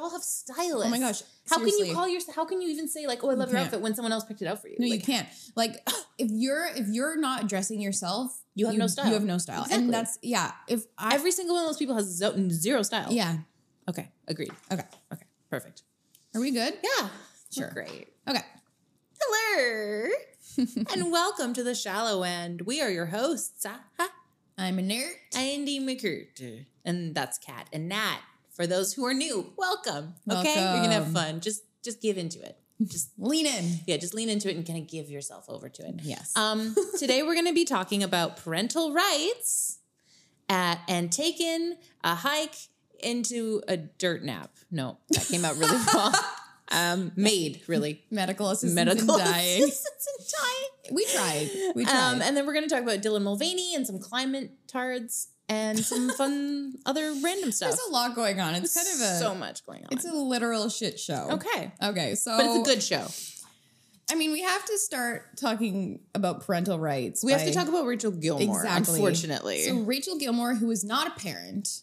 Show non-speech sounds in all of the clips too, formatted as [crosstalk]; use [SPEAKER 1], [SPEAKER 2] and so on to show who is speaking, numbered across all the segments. [SPEAKER 1] "Oh, have stylists.
[SPEAKER 2] Oh my gosh,
[SPEAKER 1] How can
[SPEAKER 2] seriously.
[SPEAKER 1] you call your? How can you even say like, "Oh, I love your
[SPEAKER 2] can't.
[SPEAKER 1] outfit" when someone else picked it out for you?
[SPEAKER 2] No,
[SPEAKER 1] like,
[SPEAKER 2] you can't. Like [sighs] if you're if you're not dressing yourself,
[SPEAKER 1] You have no style.
[SPEAKER 2] You have no style,
[SPEAKER 1] Exactly.
[SPEAKER 2] and that's yeah. If I
[SPEAKER 1] Every single one of those people has zo- zero style.
[SPEAKER 2] yeah
[SPEAKER 1] Okay. Agreed.
[SPEAKER 2] okay
[SPEAKER 1] Okay. Perfect.
[SPEAKER 2] are we good?
[SPEAKER 1] Yeah.
[SPEAKER 2] Sure.
[SPEAKER 1] Great.
[SPEAKER 2] Okay. [laughs]
[SPEAKER 1] Hello. and welcome to the shallow end. We are your hosts. Ah,
[SPEAKER 2] I'm a nerd.
[SPEAKER 1] Andy McCurt. And that's Kat and Nat. For those who are new, welcome. Okay. We're gonna have
[SPEAKER 2] Welcome.
[SPEAKER 1] fun. Just just give into it. Just
[SPEAKER 2] Lean in.
[SPEAKER 1] yeah, just lean into it and kind of give yourself over to it.
[SPEAKER 2] Yes.
[SPEAKER 1] Um, today we're going to be talking about parental rights at, and taking a hike into a dirt nap. No, that came out
[SPEAKER 2] [laughs]
[SPEAKER 1] really wrong. Um, made really
[SPEAKER 2] Medical assistance
[SPEAKER 1] medical [laughs]
[SPEAKER 2] in dying.
[SPEAKER 1] assistance in dying.
[SPEAKER 2] we tried. We tried.
[SPEAKER 1] Um, and then we're going to talk about Dylan Mulvaney and some climate tards and
[SPEAKER 2] [laughs]
[SPEAKER 1] some fun other random stuff.
[SPEAKER 2] There's a lot going on. It's kind of a
[SPEAKER 1] so much going on.
[SPEAKER 2] it's a literal shit show.
[SPEAKER 1] okay,
[SPEAKER 2] Okay. So
[SPEAKER 1] but it's a good show.
[SPEAKER 2] I mean, we have to start talking about parental rights.
[SPEAKER 1] We have to
[SPEAKER 2] by-
[SPEAKER 1] talk about Rachel Gilmore.
[SPEAKER 2] Exactly.
[SPEAKER 1] Unfortunately,
[SPEAKER 2] So Rachel Gilmore, who is not a
[SPEAKER 1] [laughs]
[SPEAKER 2] parent,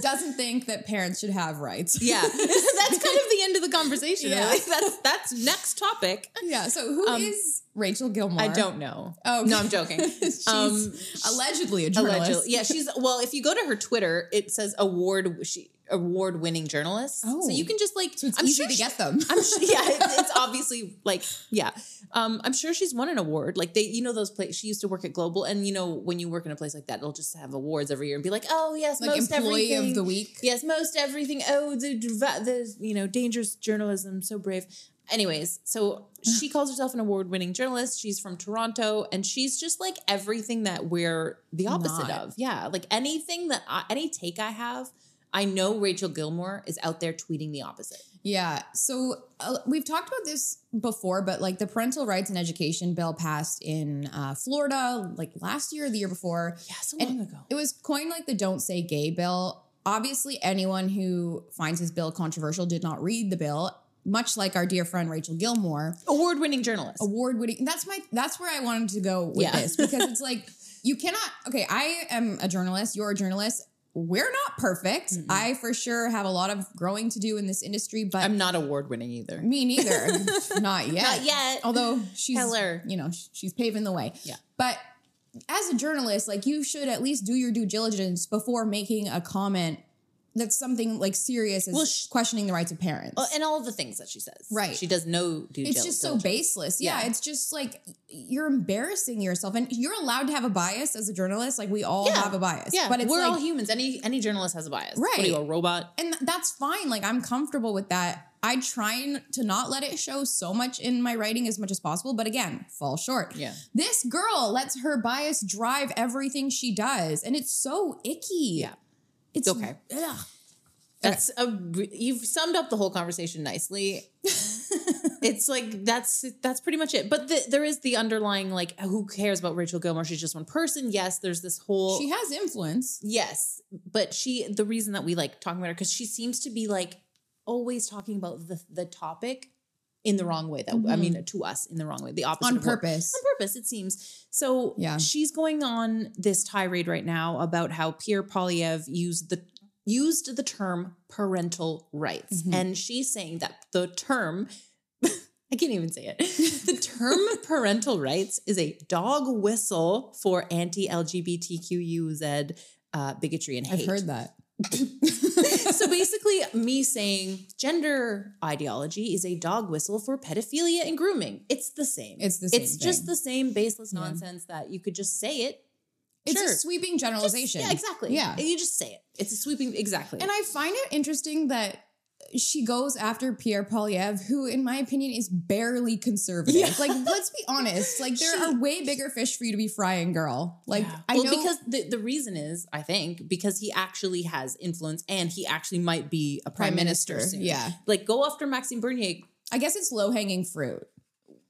[SPEAKER 2] doesn't think that parents should have rights. [laughs]
[SPEAKER 1] Yeah, [laughs] that's kind of the end of the conversation.
[SPEAKER 2] Yeah.
[SPEAKER 1] really. that's that's next topic.
[SPEAKER 2] Yeah. So who is
[SPEAKER 1] Um,
[SPEAKER 2] Rachel Gilmore?
[SPEAKER 1] I don't know.
[SPEAKER 2] Oh
[SPEAKER 1] No, I'm joking.
[SPEAKER 2] [laughs] She's
[SPEAKER 1] Um,
[SPEAKER 2] allegedly a journalist.
[SPEAKER 1] Allegedly, yeah, she's well. If you go to her Twitter, it says award she award winning journalist.
[SPEAKER 2] Oh.
[SPEAKER 1] so you can just like
[SPEAKER 2] It's
[SPEAKER 1] I'm
[SPEAKER 2] easy
[SPEAKER 1] sure
[SPEAKER 2] to
[SPEAKER 1] she-
[SPEAKER 2] get them.
[SPEAKER 1] I'm sure, yeah,
[SPEAKER 2] [laughs]
[SPEAKER 1] it's, it's obviously like yeah. Um, I'm sure she's won an award. Like they, you know, those places. She used to work at Global, and you know, when you work in a place like that, they'll just have awards every year and be like, oh yes,
[SPEAKER 2] like
[SPEAKER 1] most
[SPEAKER 2] employee
[SPEAKER 1] everything.
[SPEAKER 2] of the week.
[SPEAKER 1] Yes, most everything. Oh, the the you know dangerous journalism, so brave. Anyways, so she calls herself an award-winning journalist. She's from Toronto, and she's just like everything that we're the opposite
[SPEAKER 2] Not.
[SPEAKER 1] of. Yeah, like anything that I, any take I have, I know Rachel Gilmore is out there tweeting the opposite.
[SPEAKER 2] Yeah. So uh, we've talked about this before, but like the parental rights and education bill passed in uh, Florida like last year or the year before.
[SPEAKER 1] Yeah, so
[SPEAKER 2] And-
[SPEAKER 1] long ago.
[SPEAKER 2] It was coined like the Don't Say Gay bill. Obviously, anyone who finds this bill controversial did not read the bill, much like our dear friend Rachel Gilmore.
[SPEAKER 1] Award-winning journalist.
[SPEAKER 2] award winning. That's my. That's where I wanted to go with
[SPEAKER 1] Yeah.
[SPEAKER 2] this because it's like [laughs] you cannot. Okay, I am a journalist. You're a journalist. We're not perfect.
[SPEAKER 1] Mm-mm.
[SPEAKER 2] I for sure have a lot of growing to do in this industry, but
[SPEAKER 1] I'm not award-winning either.
[SPEAKER 2] [laughs] me neither. not yet.
[SPEAKER 1] Not yet.
[SPEAKER 2] Although she's
[SPEAKER 1] Heller.
[SPEAKER 2] you know sh- she's paving the way.
[SPEAKER 1] Yeah.
[SPEAKER 2] But as a journalist, like you should at least do your due diligence before making a comment. That's something like serious as
[SPEAKER 1] Well, sh-
[SPEAKER 2] questioning the rights of parents.
[SPEAKER 1] Well, and all the things that she says.
[SPEAKER 2] Right.
[SPEAKER 1] She does no due
[SPEAKER 2] it's
[SPEAKER 1] dil-
[SPEAKER 2] just so
[SPEAKER 1] diligence.
[SPEAKER 2] baseless. Yeah,
[SPEAKER 1] Yeah.
[SPEAKER 2] it's just like you're embarrassing yourself, and you're allowed to have a bias as a journalist. Like we all
[SPEAKER 1] Yeah.
[SPEAKER 2] have a bias.
[SPEAKER 1] Yeah,
[SPEAKER 2] but it's
[SPEAKER 1] we're
[SPEAKER 2] like,
[SPEAKER 1] all humans. Any any journalist has a bias. What are
[SPEAKER 2] Right.
[SPEAKER 1] you, a robot?
[SPEAKER 2] and th- that's fine. Like I'm comfortable with that. I try n- to not let it show so much in my writing as much as possible, but again, fall short.
[SPEAKER 1] Yeah.
[SPEAKER 2] This girl lets her bias drive everything she does, and it's so icky.
[SPEAKER 1] Yeah.
[SPEAKER 2] It's
[SPEAKER 1] okay.
[SPEAKER 2] Ugh.
[SPEAKER 1] That's a re- you've summed up the whole conversation
[SPEAKER 2] [laughs]
[SPEAKER 1] nicely. it's like that's that's pretty much it. But the, there is the underlying like who cares about Rachel Gilmore? She's just one person. Yes, there's this whole
[SPEAKER 2] She has influence.
[SPEAKER 1] yes, but she the reason that we like talking about her because she seems to be like always talking about the the topic in the wrong way. That I
[SPEAKER 2] Mhm.
[SPEAKER 1] mean to us in the wrong way. The opposite
[SPEAKER 2] On
[SPEAKER 1] of what-
[SPEAKER 2] purpose.
[SPEAKER 1] on purpose, it seems. So
[SPEAKER 2] Yeah.
[SPEAKER 1] she's going on this tirade right now about how Pierre Polyev used the used the term parental rights.
[SPEAKER 2] Mhm.
[SPEAKER 1] And she's saying that the term [laughs] I can't even
[SPEAKER 2] [laughs]
[SPEAKER 1] say it. The term parental rights is a dog whistle for anti-LGBTQUZ uh, bigotry and hate
[SPEAKER 2] I've heard that.
[SPEAKER 1] [laughs] so basically, me saying gender ideology is a dog whistle for pedophilia and grooming. It's the same.
[SPEAKER 2] It's the same
[SPEAKER 1] It's just
[SPEAKER 2] thing.
[SPEAKER 1] the same baseless
[SPEAKER 2] Yeah.
[SPEAKER 1] nonsense that you could just say it.
[SPEAKER 2] It's
[SPEAKER 1] Sure.
[SPEAKER 2] a sweeping
[SPEAKER 1] Just-
[SPEAKER 2] generalization.
[SPEAKER 1] yeah, exactly.
[SPEAKER 2] Yeah.
[SPEAKER 1] you just say it. It's a sweeping. Exactly.
[SPEAKER 2] And I find it interesting that she goes after Pierre Polyev, who, in my opinion, is barely conservative.
[SPEAKER 1] Yeah.
[SPEAKER 2] Like, let's be honest. Like, there
[SPEAKER 1] She-
[SPEAKER 2] are way bigger fish for you to be frying, girl. Like,
[SPEAKER 1] Yeah.
[SPEAKER 2] I
[SPEAKER 1] well,
[SPEAKER 2] know
[SPEAKER 1] because the, the reason is, I think, because he actually has influence and he actually might be a prime,
[SPEAKER 2] prime
[SPEAKER 1] minister.
[SPEAKER 2] minister.
[SPEAKER 1] soon.
[SPEAKER 2] Yeah,
[SPEAKER 1] Like go after Maxime Bernier.
[SPEAKER 2] I guess it's low hanging fruit,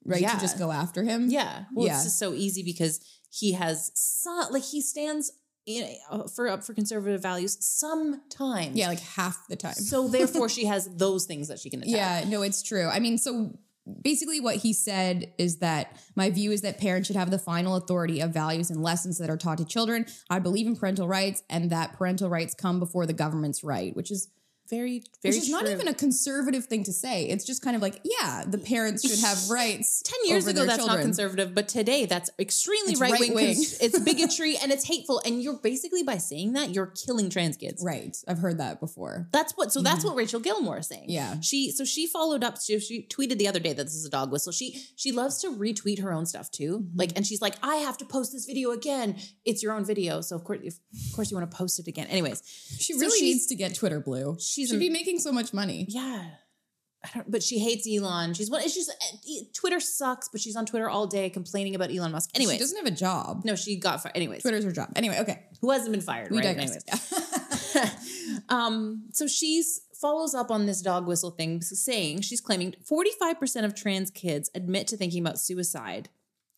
[SPEAKER 2] right?
[SPEAKER 1] Yeah.
[SPEAKER 2] To just go after him.
[SPEAKER 1] Yeah. Well,
[SPEAKER 2] Yeah.
[SPEAKER 1] it's just so easy because he has some, like he stands in, uh, for up for conservative values sometimes.
[SPEAKER 2] yeah, like half the time.
[SPEAKER 1] So
[SPEAKER 2] [laughs]
[SPEAKER 1] therefore, she has those things that she can attack.
[SPEAKER 2] Yeah, no, it's true. I mean, so basically what he said is that my view is that parents should have the final authority of values and lessons that are taught to children. I believe in parental rights and that parental rights come before the government's right, which is
[SPEAKER 1] Very, very
[SPEAKER 2] Which is not
[SPEAKER 1] true.
[SPEAKER 2] even a conservative thing to say. It's just kind of like, yeah, the parents should
[SPEAKER 1] [laughs]
[SPEAKER 2] have rights.
[SPEAKER 1] 10 years
[SPEAKER 2] over
[SPEAKER 1] ago
[SPEAKER 2] their
[SPEAKER 1] that's not
[SPEAKER 2] children.
[SPEAKER 1] conservative but today that's extremely
[SPEAKER 2] It's
[SPEAKER 1] right wing
[SPEAKER 2] right-wing. [laughs]
[SPEAKER 1] it's bigotry and it's hateful and you're basically by saying that you're killing trans kids
[SPEAKER 2] Right. I've heard that before.
[SPEAKER 1] that's what so that's what Rachel Gilmore is saying
[SPEAKER 2] Mm-hmm. Yeah.
[SPEAKER 1] she so she followed up she, she tweeted the other day that this is a dog whistle she she loves to retweet her own stuff too
[SPEAKER 2] Mm-hmm.
[SPEAKER 1] like and she's like I have to post this video again it's your own video so of course if, of course you want to post it again anyways
[SPEAKER 2] She
[SPEAKER 1] So
[SPEAKER 2] really
[SPEAKER 1] she's-
[SPEAKER 2] needs to get Twitter blue.
[SPEAKER 1] she's
[SPEAKER 2] She'd
[SPEAKER 1] an-
[SPEAKER 2] be making so much money.
[SPEAKER 1] yeah I don't, but she hates Elon. She's one. It's just eh, Twitter sucks, but she's on Twitter all day complaining about Elon Musk. Anyway,
[SPEAKER 2] She doesn't have a job.
[SPEAKER 1] no, she got fired. Anyways,
[SPEAKER 2] Twitter's her job. Anyway, okay.
[SPEAKER 1] who hasn't been fired,
[SPEAKER 2] We
[SPEAKER 1] right?
[SPEAKER 2] digress.
[SPEAKER 1] Anyways.
[SPEAKER 2] [laughs]
[SPEAKER 1] [laughs] um, so she's follows up on this dog whistle thing saying she's claiming 45% of trans kids admit to thinking about suicide.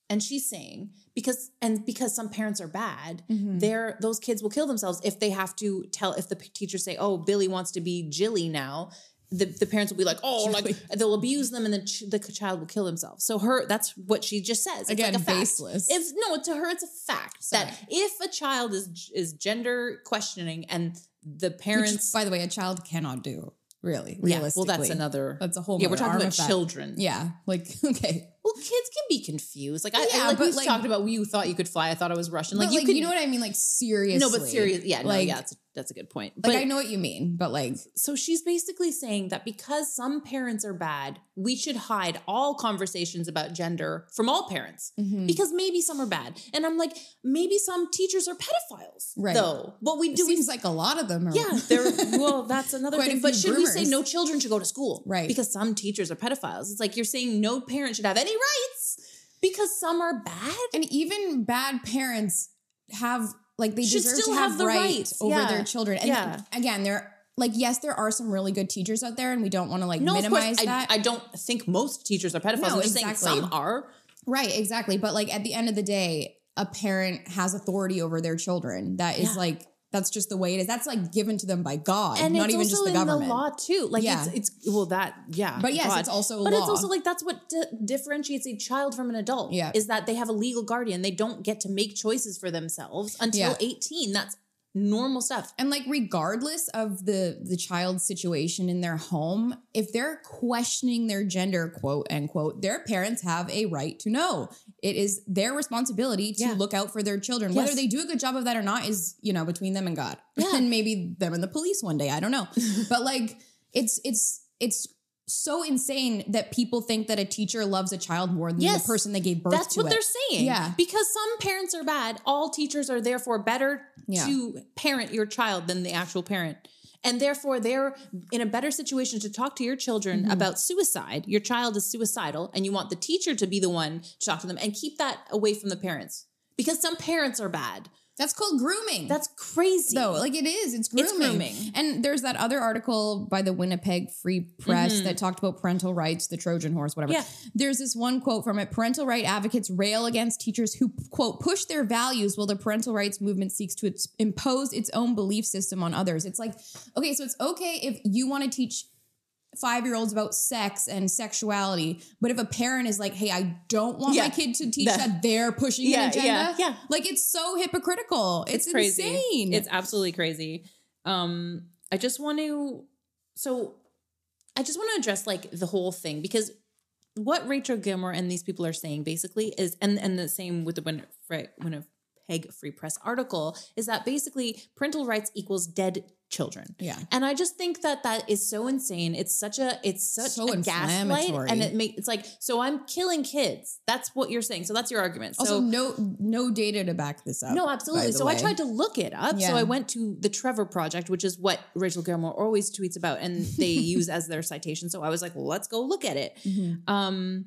[SPEAKER 1] And she's saying because and because some parents are bad,
[SPEAKER 2] Mhm.
[SPEAKER 1] they're those kids will kill themselves if they have to tell if the p- teachers say, "Oh, Billy wants to be Jilly now." The, the parents will be like, oh, like
[SPEAKER 2] Jilly.
[SPEAKER 1] they'll abuse them, and the ch- the child will kill himself. So her, that's what she just says. It's
[SPEAKER 2] Again,
[SPEAKER 1] like a fact.
[SPEAKER 2] baseless.
[SPEAKER 1] If no, to her, it's a fact that
[SPEAKER 2] Sorry.
[SPEAKER 1] if a child is is gender questioning and the
[SPEAKER 2] Which,
[SPEAKER 1] parents,
[SPEAKER 2] by the way, a child cannot do, really,
[SPEAKER 1] yeah, well,
[SPEAKER 2] realistically.
[SPEAKER 1] that's another.
[SPEAKER 2] That's a whole
[SPEAKER 1] yeah, we're
[SPEAKER 2] nother
[SPEAKER 1] talking
[SPEAKER 2] arm
[SPEAKER 1] about
[SPEAKER 2] of that.
[SPEAKER 1] children.
[SPEAKER 2] Yeah. Like, [laughs] okay.
[SPEAKER 1] well, kids can be confused. Like I,
[SPEAKER 2] Yeah,
[SPEAKER 1] I like
[SPEAKER 2] but,
[SPEAKER 1] we've
[SPEAKER 2] like-
[SPEAKER 1] talked about. You thought you could fly. I thought I was Russian. Like
[SPEAKER 2] But,
[SPEAKER 1] you
[SPEAKER 2] like,
[SPEAKER 1] could.
[SPEAKER 2] you know what I mean? Like, seriously.
[SPEAKER 1] no, but serious. Yeah, no,
[SPEAKER 2] Like-
[SPEAKER 1] yeah, that's a, that's a good point.
[SPEAKER 2] Like,
[SPEAKER 1] But
[SPEAKER 2] I know what you mean, but like,
[SPEAKER 1] so she's basically saying that because some parents are bad, we should hide all conversations about gender from all parents.
[SPEAKER 2] mhm.
[SPEAKER 1] Because maybe some are bad, and I'm like, maybe some teachers are pedophiles.
[SPEAKER 2] Right.
[SPEAKER 1] Though, but we
[SPEAKER 2] it
[SPEAKER 1] do we
[SPEAKER 2] seems like a lot of them are. [laughs]
[SPEAKER 1] Yeah, there. Well, that's another
[SPEAKER 2] Quite a
[SPEAKER 1] thing. But
[SPEAKER 2] few
[SPEAKER 1] should we say
[SPEAKER 2] groomers.
[SPEAKER 1] no children should go to school?
[SPEAKER 2] Right.
[SPEAKER 1] Because some teachers are pedophiles. It's like you're saying no parent should have any rights because some are bad.
[SPEAKER 2] and even bad parents have like they
[SPEAKER 1] Should
[SPEAKER 2] deserve
[SPEAKER 1] still
[SPEAKER 2] to have,
[SPEAKER 1] have the
[SPEAKER 2] right
[SPEAKER 1] rights,
[SPEAKER 2] over
[SPEAKER 1] yeah,
[SPEAKER 2] their children. And
[SPEAKER 1] yeah.
[SPEAKER 2] again, there like yes, there are some really good teachers out there, and we don't want to like
[SPEAKER 1] No, of
[SPEAKER 2] minimize
[SPEAKER 1] course, I,
[SPEAKER 2] that.
[SPEAKER 1] I don't think most teachers are pedophiles.
[SPEAKER 2] No,
[SPEAKER 1] I'm just
[SPEAKER 2] exactly.
[SPEAKER 1] saying some are.
[SPEAKER 2] right, exactly. But like at the end of the day, a parent has authority over their children. That is
[SPEAKER 1] Yeah.
[SPEAKER 2] like that's just the way it is. That's like given to them by God,
[SPEAKER 1] And
[SPEAKER 2] not
[SPEAKER 1] it's
[SPEAKER 2] even
[SPEAKER 1] also
[SPEAKER 2] just the
[SPEAKER 1] in
[SPEAKER 2] government.
[SPEAKER 1] the law too. Like
[SPEAKER 2] Yeah.
[SPEAKER 1] it's, it's well that yeah.
[SPEAKER 2] But yes,
[SPEAKER 1] God.
[SPEAKER 2] it's also
[SPEAKER 1] But
[SPEAKER 2] law.
[SPEAKER 1] it's also like that's what di- differentiates a child from an adult.
[SPEAKER 2] Yeah.
[SPEAKER 1] Is that they have a legal guardian. They don't get to make choices for themselves until
[SPEAKER 2] Yeah.
[SPEAKER 1] 18. That's normal stuff.
[SPEAKER 2] and like regardless of the the child's situation in their home if they're questioning their gender quote unquote their parents have a right to know it is their responsibility to
[SPEAKER 1] Yeah.
[SPEAKER 2] look out for their children
[SPEAKER 1] Yes.
[SPEAKER 2] whether they do a good job of that or not is you know between them and god
[SPEAKER 1] Yeah.
[SPEAKER 2] [laughs] and maybe them and the police one day i don't
[SPEAKER 1] [laughs]
[SPEAKER 2] know but like it's it's it's so insane that people think that a teacher loves a child more than
[SPEAKER 1] Yes.
[SPEAKER 2] the person they gave birth
[SPEAKER 1] That's
[SPEAKER 2] to
[SPEAKER 1] what
[SPEAKER 2] it.
[SPEAKER 1] they're saying.
[SPEAKER 2] Yeah.
[SPEAKER 1] Because some parents are bad. All teachers are therefore better
[SPEAKER 2] Yeah.
[SPEAKER 1] to parent your child than the actual parent. And therefore, they're in a better situation to talk to your children about suicide. Your child is suicidal, and you want the teacher to be the one to talk to them and keep that away from the parents because some parents are bad.
[SPEAKER 2] that's called grooming
[SPEAKER 1] That's crazy.
[SPEAKER 2] though. Like it is. It's grooming.
[SPEAKER 1] grooming.
[SPEAKER 2] And there's that other article by the Winnipeg Free Press
[SPEAKER 1] Mhm.
[SPEAKER 2] that talked about parental rights, the Trojan horse, whatever.
[SPEAKER 1] Yeah.
[SPEAKER 2] There's this one quote from it. Parental right advocates rail against teachers who quote push their values while the parental rights movement seeks to its- impose its own belief system on others. It's like, okay, so it's okay if you want to teach five-year-olds about sex and sexuality, but if a parent is like, hey, I don't want
[SPEAKER 1] Yeah.
[SPEAKER 2] my kid to teach
[SPEAKER 1] That-
[SPEAKER 2] that, they're pushing
[SPEAKER 1] Yeah,
[SPEAKER 2] an agenda.
[SPEAKER 1] yeah, yeah.
[SPEAKER 2] Like it's so hypocritical. It's, insane.
[SPEAKER 1] It's absolutely crazy. Um, I just want to so I just want to address like the whole thing because what Rachel Gilmore and these people are saying basically is and and the same with the Winifred Winnipeg Free Press article is that basically parental rights equals dead children.
[SPEAKER 2] yeah.
[SPEAKER 1] And I just think that that is so insane. It's such a it's such
[SPEAKER 2] So
[SPEAKER 1] a gaslight,
[SPEAKER 2] inflammatory.
[SPEAKER 1] and it make it's like so I'm killing kids. That's what you're saying. So that's your argument. so
[SPEAKER 2] Also, no no data to back this up.
[SPEAKER 1] no, absolutely. So I tried to look it up.
[SPEAKER 2] Yeah.
[SPEAKER 1] So I went to the Trevor Project, which is what Rachel Gilmore always tweets about and
[SPEAKER 2] [laughs]
[SPEAKER 1] they use as their citation. So I was like, well, let's go look at it.
[SPEAKER 2] Mm-hmm.
[SPEAKER 1] Um,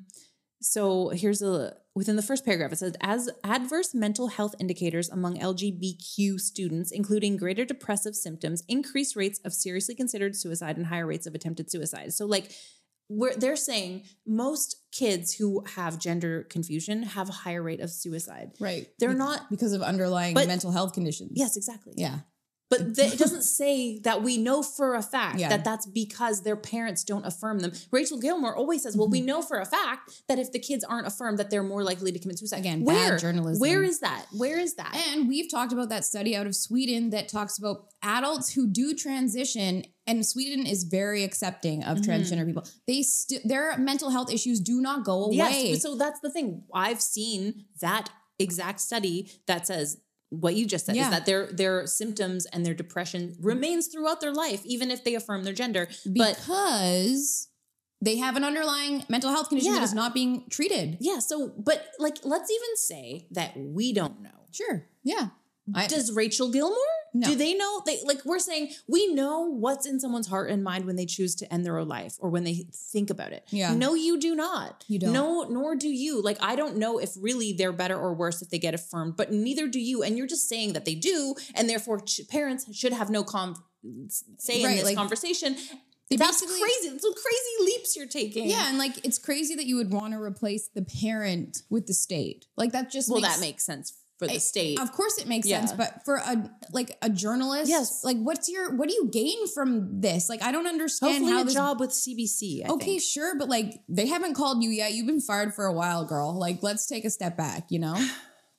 [SPEAKER 1] so here's a within the first paragraph, it says as adverse mental health indicators among LGBTQ students, including greater depressive symptoms, increased rates of seriously considered suicide, and higher rates of attempted suicide. So like where they're saying most kids who have gender confusion have a higher rate of suicide.
[SPEAKER 2] Right.
[SPEAKER 1] They're not
[SPEAKER 2] because of underlying
[SPEAKER 1] But-
[SPEAKER 2] mental health conditions.
[SPEAKER 1] Yes, exactly.
[SPEAKER 2] Yeah.
[SPEAKER 1] But th- it doesn't say that we know for a fact
[SPEAKER 2] Yeah.
[SPEAKER 1] that that's because their parents don't affirm them. Rachel Gilmore always says, "Well,
[SPEAKER 2] Mm-hmm.
[SPEAKER 1] we know for a fact that if the kids aren't affirmed, that they're more likely to commit suicide."
[SPEAKER 2] Again, bad
[SPEAKER 1] where
[SPEAKER 2] journalism. Eh,
[SPEAKER 1] Where is that? Where is that?
[SPEAKER 2] And we've talked about that study out of Sweden that talks about adults who do transition, and Sweden is very accepting of
[SPEAKER 1] Mm-hmm.
[SPEAKER 2] transgender people. They st- their mental health issues do not go away.
[SPEAKER 1] Yes. So that's the thing. I've seen that exact study that says what you just said
[SPEAKER 2] Yeah.
[SPEAKER 1] is that their their symptoms and their depression remains throughout their life, even if they affirm their gender. but
[SPEAKER 2] because they have an underlying mental health condition that
[SPEAKER 1] Yeah.
[SPEAKER 2] is not being treated.
[SPEAKER 1] yeah, so but like let's even say that we don't know.
[SPEAKER 2] Sure. Yeah. I,
[SPEAKER 1] Does Rachel Gilmore?
[SPEAKER 2] No.
[SPEAKER 1] Do they know they like we're saying we know what's in someone's heart and mind when they choose to end their own life or when they think about it.
[SPEAKER 2] Yeah.
[SPEAKER 1] No, you do not.
[SPEAKER 2] You don't.
[SPEAKER 1] No, nor do you. Like I don't know if really they're better or worse if they get affirmed, but neither do you. And you're just saying that they do, and therefore ch- parents should have no com say
[SPEAKER 2] Right,
[SPEAKER 1] in this
[SPEAKER 2] like,
[SPEAKER 1] conversation.
[SPEAKER 2] they
[SPEAKER 1] That's
[SPEAKER 2] basically-
[SPEAKER 1] crazy. That's some crazy leaps you're taking.
[SPEAKER 2] yeah, and like it's crazy that you would want to replace the parent with the state. Like that just
[SPEAKER 1] Well,
[SPEAKER 2] makes,
[SPEAKER 1] that makes sense for the
[SPEAKER 2] I- um,
[SPEAKER 1] state.
[SPEAKER 2] Of course, it makes
[SPEAKER 1] Yeah.
[SPEAKER 2] sense, but for a like a journalist,
[SPEAKER 1] Yes.
[SPEAKER 2] Like, what's your what do you gain from this? Like, I don't understand
[SPEAKER 1] Hopefully,
[SPEAKER 2] how
[SPEAKER 1] a
[SPEAKER 2] this.
[SPEAKER 1] job with CBC. I
[SPEAKER 2] okay,
[SPEAKER 1] think.
[SPEAKER 2] sure, but like they haven't called you yet. You've been fired for a while, girl. Like, let's take a step back. You
[SPEAKER 1] [sighs]
[SPEAKER 2] know?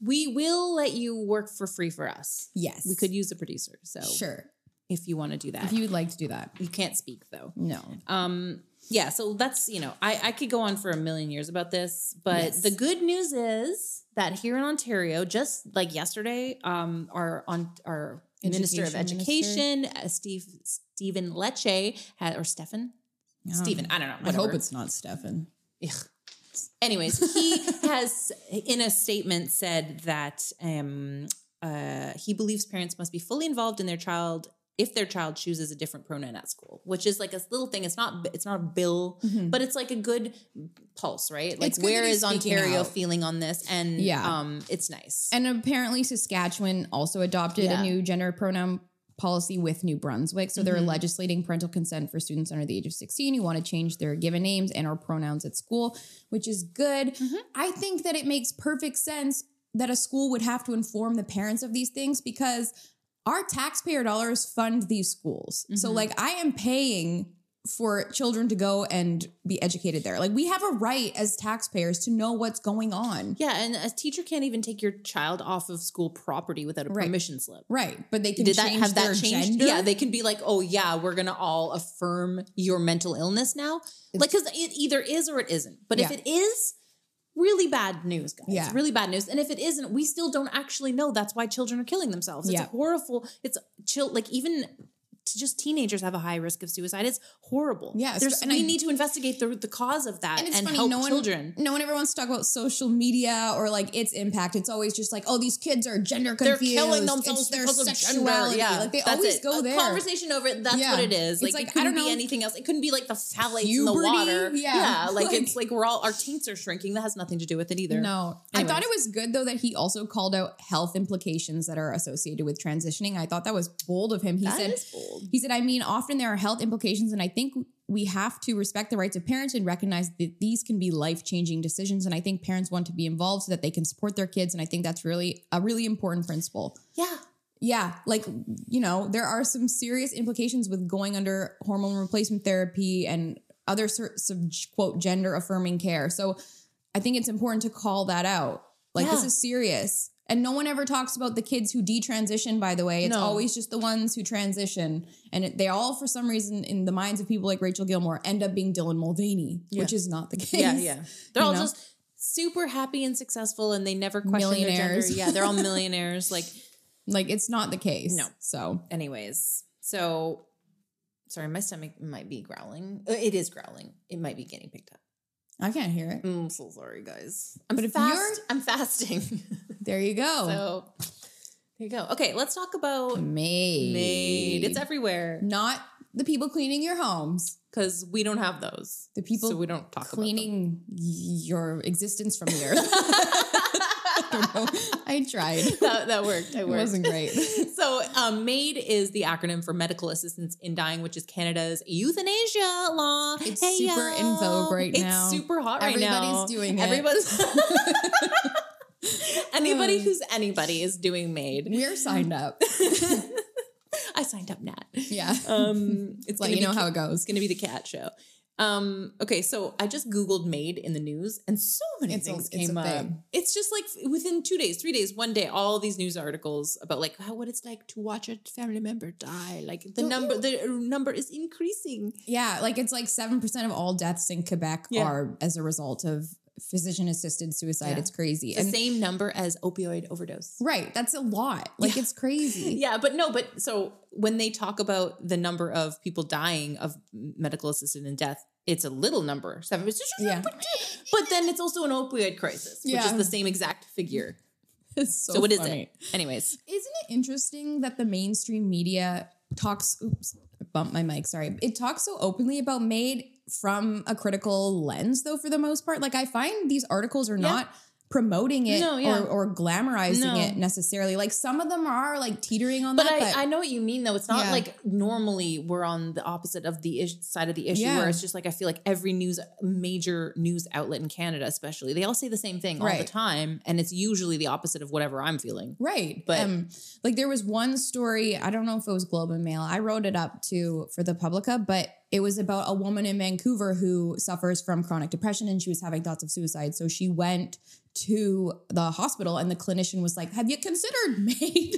[SPEAKER 1] we will let you work for free for us.
[SPEAKER 2] Yes,
[SPEAKER 1] We could use a producer. So
[SPEAKER 2] Sure,
[SPEAKER 1] if you want to do that,
[SPEAKER 2] if
[SPEAKER 1] you,
[SPEAKER 2] you would like to do that.
[SPEAKER 1] can't speak though.
[SPEAKER 2] No,
[SPEAKER 1] Um, yeah. So that's, you know, I, I could go on for a million years about this, but
[SPEAKER 2] Yes.
[SPEAKER 1] the good news is that here in Ontario, just like yesterday, um, our, on our Minister of
[SPEAKER 2] Education
[SPEAKER 1] Education, uh, Steve, Stephen Lecce had, or Stefan, Stephen, I don't know.
[SPEAKER 2] I
[SPEAKER 1] Uh,
[SPEAKER 2] hope
[SPEAKER 1] whatever.
[SPEAKER 2] it's not Stefan.
[SPEAKER 1] Ugh. Anyways, he
[SPEAKER 2] [laughs]
[SPEAKER 1] has in a statement said that um, uh, he believes parents must be fully involved in their child if their child chooses a different pronoun at school, which is like a little thing. It's not it's not a bill, but it's like a good pulse, right? Like
[SPEAKER 2] Mm-hmm. It's good
[SPEAKER 1] where
[SPEAKER 2] that he's
[SPEAKER 1] is
[SPEAKER 2] speaking
[SPEAKER 1] Ontario
[SPEAKER 2] out.
[SPEAKER 1] feeling on this? And
[SPEAKER 2] Yeah.
[SPEAKER 1] um, it's nice.
[SPEAKER 2] And apparently, Saskatchewan also adopted
[SPEAKER 1] Yeah.
[SPEAKER 2] a new gender pronoun policy with New Brunswick. So they're legislating parental consent for students under the age of 16 who want to change their given names and or pronouns at school, which is good. I think that it makes perfect sense that a school would have to inform the parents of these things because our taxpayer dollars fund these schools. So like I am paying for children to go and be educated there. Like we have a right as taxpayers to know what's going on.
[SPEAKER 1] yeah, and a teacher can't even take your child off of school property without a
[SPEAKER 2] Right.
[SPEAKER 1] permission slip.
[SPEAKER 2] Right, but they can
[SPEAKER 1] Did that
[SPEAKER 2] change
[SPEAKER 1] have
[SPEAKER 2] their
[SPEAKER 1] that changed?
[SPEAKER 2] gender.
[SPEAKER 1] Yeah, they can be like, oh yeah, we're gonna all affirm your mental illness now, like because it either is or it isn't. But if
[SPEAKER 2] Yeah.
[SPEAKER 1] it is, really bad news, guys.
[SPEAKER 2] Yeah.
[SPEAKER 1] really bad news. And if it isn't, we still don't actually know. That's why children are killing themselves. It's
[SPEAKER 2] Yeah.
[SPEAKER 1] horrible. It's chill. Like even to just teenagers have a high risk of suicide. It's horrible.
[SPEAKER 2] Yeah,
[SPEAKER 1] there's,
[SPEAKER 2] and
[SPEAKER 1] we
[SPEAKER 2] I-
[SPEAKER 1] need to investigate the the cause of that and,
[SPEAKER 2] and it's funny,
[SPEAKER 1] help
[SPEAKER 2] no one,
[SPEAKER 1] children.
[SPEAKER 2] no one ever wants to talk about social media or like its impact. It's always just like, oh, these kids are gender
[SPEAKER 1] They're
[SPEAKER 2] confused.
[SPEAKER 1] killing
[SPEAKER 2] It's
[SPEAKER 1] themselves
[SPEAKER 2] their
[SPEAKER 1] because of gender.
[SPEAKER 2] sexuality.
[SPEAKER 1] Yeah,
[SPEAKER 2] like they
[SPEAKER 1] that's
[SPEAKER 2] always
[SPEAKER 1] it.
[SPEAKER 2] go
[SPEAKER 1] A
[SPEAKER 2] there.
[SPEAKER 1] Conversation over it. That's
[SPEAKER 2] Yeah.
[SPEAKER 1] what it is.
[SPEAKER 2] It's
[SPEAKER 1] Like,
[SPEAKER 2] like, I
[SPEAKER 1] it couldn't
[SPEAKER 2] don't
[SPEAKER 1] be
[SPEAKER 2] know.
[SPEAKER 1] anything else. It couldn't be like the phthalates in
[SPEAKER 2] Puberty?
[SPEAKER 1] the water.
[SPEAKER 2] [laughs] Yeah.
[SPEAKER 1] like,
[SPEAKER 2] Like-
[SPEAKER 1] it's like we're all our teens are shrinking. That has nothing to do with it either.
[SPEAKER 2] No, I thought
[SPEAKER 1] Anyways.
[SPEAKER 2] it was good though that he also called out health implications that are associated with transitioning. I thought that was bold of him. He
[SPEAKER 1] That
[SPEAKER 2] said,
[SPEAKER 1] is bold.
[SPEAKER 2] he said, I mean, often there are health implications, and I think we have to respect the rights of parents and recognize that these can be life changing decisions. And I think parents want to be involved so that they can support their kids, and I think that's really a really important principle.
[SPEAKER 1] Yeah.
[SPEAKER 2] Yeah, like you know, there are some serious implications with going under hormone replacement therapy and other sorts of quote gender affirming care. So I think it's important to call that out. Like this
[SPEAKER 1] Yeah.
[SPEAKER 2] is serious. And no one ever talks about the kids who detransition, by the way. It's
[SPEAKER 1] No.
[SPEAKER 2] always just the ones who transition. And it- they all, for some reason, in the minds of people like Rachel Gilmore, end up being Dylan Mulvaney, which is not the case.
[SPEAKER 1] Yeah. Yeah. They're
[SPEAKER 2] You
[SPEAKER 1] all
[SPEAKER 2] know?
[SPEAKER 1] just super happy and successful, and they never question their gender.
[SPEAKER 2] Millionaires.
[SPEAKER 1] Yeah, they're
[SPEAKER 2] [laughs]
[SPEAKER 1] all millionaires. Like,
[SPEAKER 2] [laughs] Like it's not the case.
[SPEAKER 1] No.
[SPEAKER 2] So
[SPEAKER 1] anyways, so. Sorry, my stomach might be growling. Uh, It is growling. It might be getting picked up.
[SPEAKER 2] I can't hear it.
[SPEAKER 1] I'm so sorry, guys. I'm
[SPEAKER 2] But if
[SPEAKER 1] fast.
[SPEAKER 2] you're-
[SPEAKER 1] I'm fasting. [laughs]
[SPEAKER 2] There you go.
[SPEAKER 1] So there you go. Okay, let's talk about
[SPEAKER 2] Made.
[SPEAKER 1] maid. It's everywhere
[SPEAKER 2] not the people cleaning your homes,
[SPEAKER 1] because we don't have those.
[SPEAKER 2] the people
[SPEAKER 1] so we don't talk
[SPEAKER 2] cleaning y- your existence from the earth. [laughs]
[SPEAKER 1] about them.
[SPEAKER 2] I tried.
[SPEAKER 1] [laughs]
[SPEAKER 2] It
[SPEAKER 1] [laughs] that, that worked. I worked.
[SPEAKER 2] wasn't great.
[SPEAKER 1] [laughs] So, um, MAID is the acronym for Medical Assistance in Dying, which is Canada's euthanasia law.
[SPEAKER 2] It's super in vogue right now.
[SPEAKER 1] It's super hot right
[SPEAKER 2] Everybody's
[SPEAKER 1] now.
[SPEAKER 2] doing it.
[SPEAKER 1] [laughs]
[SPEAKER 2] [laughs] [laughs]
[SPEAKER 1] Everybody's. anybody who's anybody is doing MAID.
[SPEAKER 2] We're signed up.
[SPEAKER 1] [laughs] I signed up, Nat.
[SPEAKER 2] Yeah. [laughs]
[SPEAKER 1] Um, it's
[SPEAKER 2] Let
[SPEAKER 1] gonna
[SPEAKER 2] you
[SPEAKER 1] be
[SPEAKER 2] know
[SPEAKER 1] ca-
[SPEAKER 2] how it
[SPEAKER 1] [laughs]
[SPEAKER 2] goes.
[SPEAKER 1] it's going to be the cat show. Um, okay, so I just Googled made in the news and so many
[SPEAKER 2] It's a-
[SPEAKER 1] things
[SPEAKER 2] it's a
[SPEAKER 1] came up.
[SPEAKER 2] thing.
[SPEAKER 1] It's just like f- within two days, three days, one day, all these news articles about like how what it's like to watch a family member die. Like the
[SPEAKER 2] Don't
[SPEAKER 1] number, the uh, number is increasing.
[SPEAKER 2] Yeah, like it's like 7% of all deaths in Quebec
[SPEAKER 1] Yeah.
[SPEAKER 2] are as a result of physician assisted suicide.
[SPEAKER 1] Yeah.
[SPEAKER 2] It's crazy.
[SPEAKER 1] The
[SPEAKER 2] And
[SPEAKER 1] same number as opioid overdose.
[SPEAKER 2] right, that's a lot. Like it's
[SPEAKER 1] [clears throat] [laughs]
[SPEAKER 2] crazy.
[SPEAKER 1] Yeah, but no, but so when they talk about the number of people dying of medical assisted in death, it's a little number, seven. It's just-
[SPEAKER 2] Yeah.
[SPEAKER 1] But then it's also an opioid crisis, which
[SPEAKER 2] Yeah.
[SPEAKER 1] is the same exact figure.
[SPEAKER 2] It's so,
[SPEAKER 1] So, what is
[SPEAKER 2] funny.
[SPEAKER 1] it? Anyways,
[SPEAKER 2] Isn't it interesting that the mainstream media talks? Oops, I bumped my mic. Sorry. It talks so openly about made from a critical lens, though, for the most part. Like I find these articles are
[SPEAKER 1] Yeah.
[SPEAKER 2] not promoting it
[SPEAKER 1] No, yeah.
[SPEAKER 2] or, or glamorizing
[SPEAKER 1] No.
[SPEAKER 2] it necessarily. Like some of them are like teetering on
[SPEAKER 1] but
[SPEAKER 2] that.
[SPEAKER 1] I, I know what you mean though. It's not
[SPEAKER 2] Yeah.
[SPEAKER 1] like normally we're on the opposite of the ish, side of the issue
[SPEAKER 2] Yeah.
[SPEAKER 1] where it's just like I feel like every news major news outlet in Canada, especially, they all say the same thing all
[SPEAKER 2] Right.
[SPEAKER 1] the time, and it's usually the opposite of whatever I'm feeling.
[SPEAKER 2] Right. But
[SPEAKER 1] But-
[SPEAKER 2] um, like there was one story, I don't know if it was Globe and Mail. I wrote it up to for the Publica, but it was about a woman in Vancouver who suffers from chronic depression and she was having thoughts of suicide. So she went to the hospital and the clinician was like, "Have you considered [laughs] made?"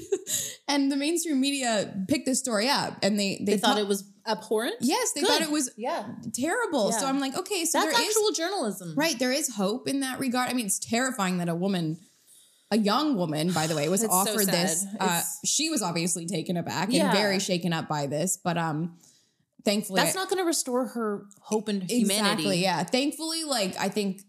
[SPEAKER 2] and the mainstream media picked this story up and they they,
[SPEAKER 1] They thought it was abhorrent.
[SPEAKER 2] Yes, they
[SPEAKER 1] Good.
[SPEAKER 2] thought it was
[SPEAKER 1] Yeah,
[SPEAKER 2] terrible. So
[SPEAKER 1] Yeah.
[SPEAKER 2] I'm like, "Okay, so
[SPEAKER 1] that's
[SPEAKER 2] there is
[SPEAKER 1] actual journalism,
[SPEAKER 2] Right. There is hope in that regard. I mean, it's terrifying that a woman, a young woman, by the way,
[SPEAKER 1] [laughs]
[SPEAKER 2] was
[SPEAKER 1] It's so
[SPEAKER 2] offered this.
[SPEAKER 1] sad.
[SPEAKER 2] Uh,
[SPEAKER 1] It's-
[SPEAKER 2] she was obviously taken aback
[SPEAKER 1] Yeah.
[SPEAKER 2] and very shaken up by this, but um, thankfully,
[SPEAKER 1] That's not going to restore her hope and humanity.
[SPEAKER 2] exactly. Yeah. Thankfully, like I think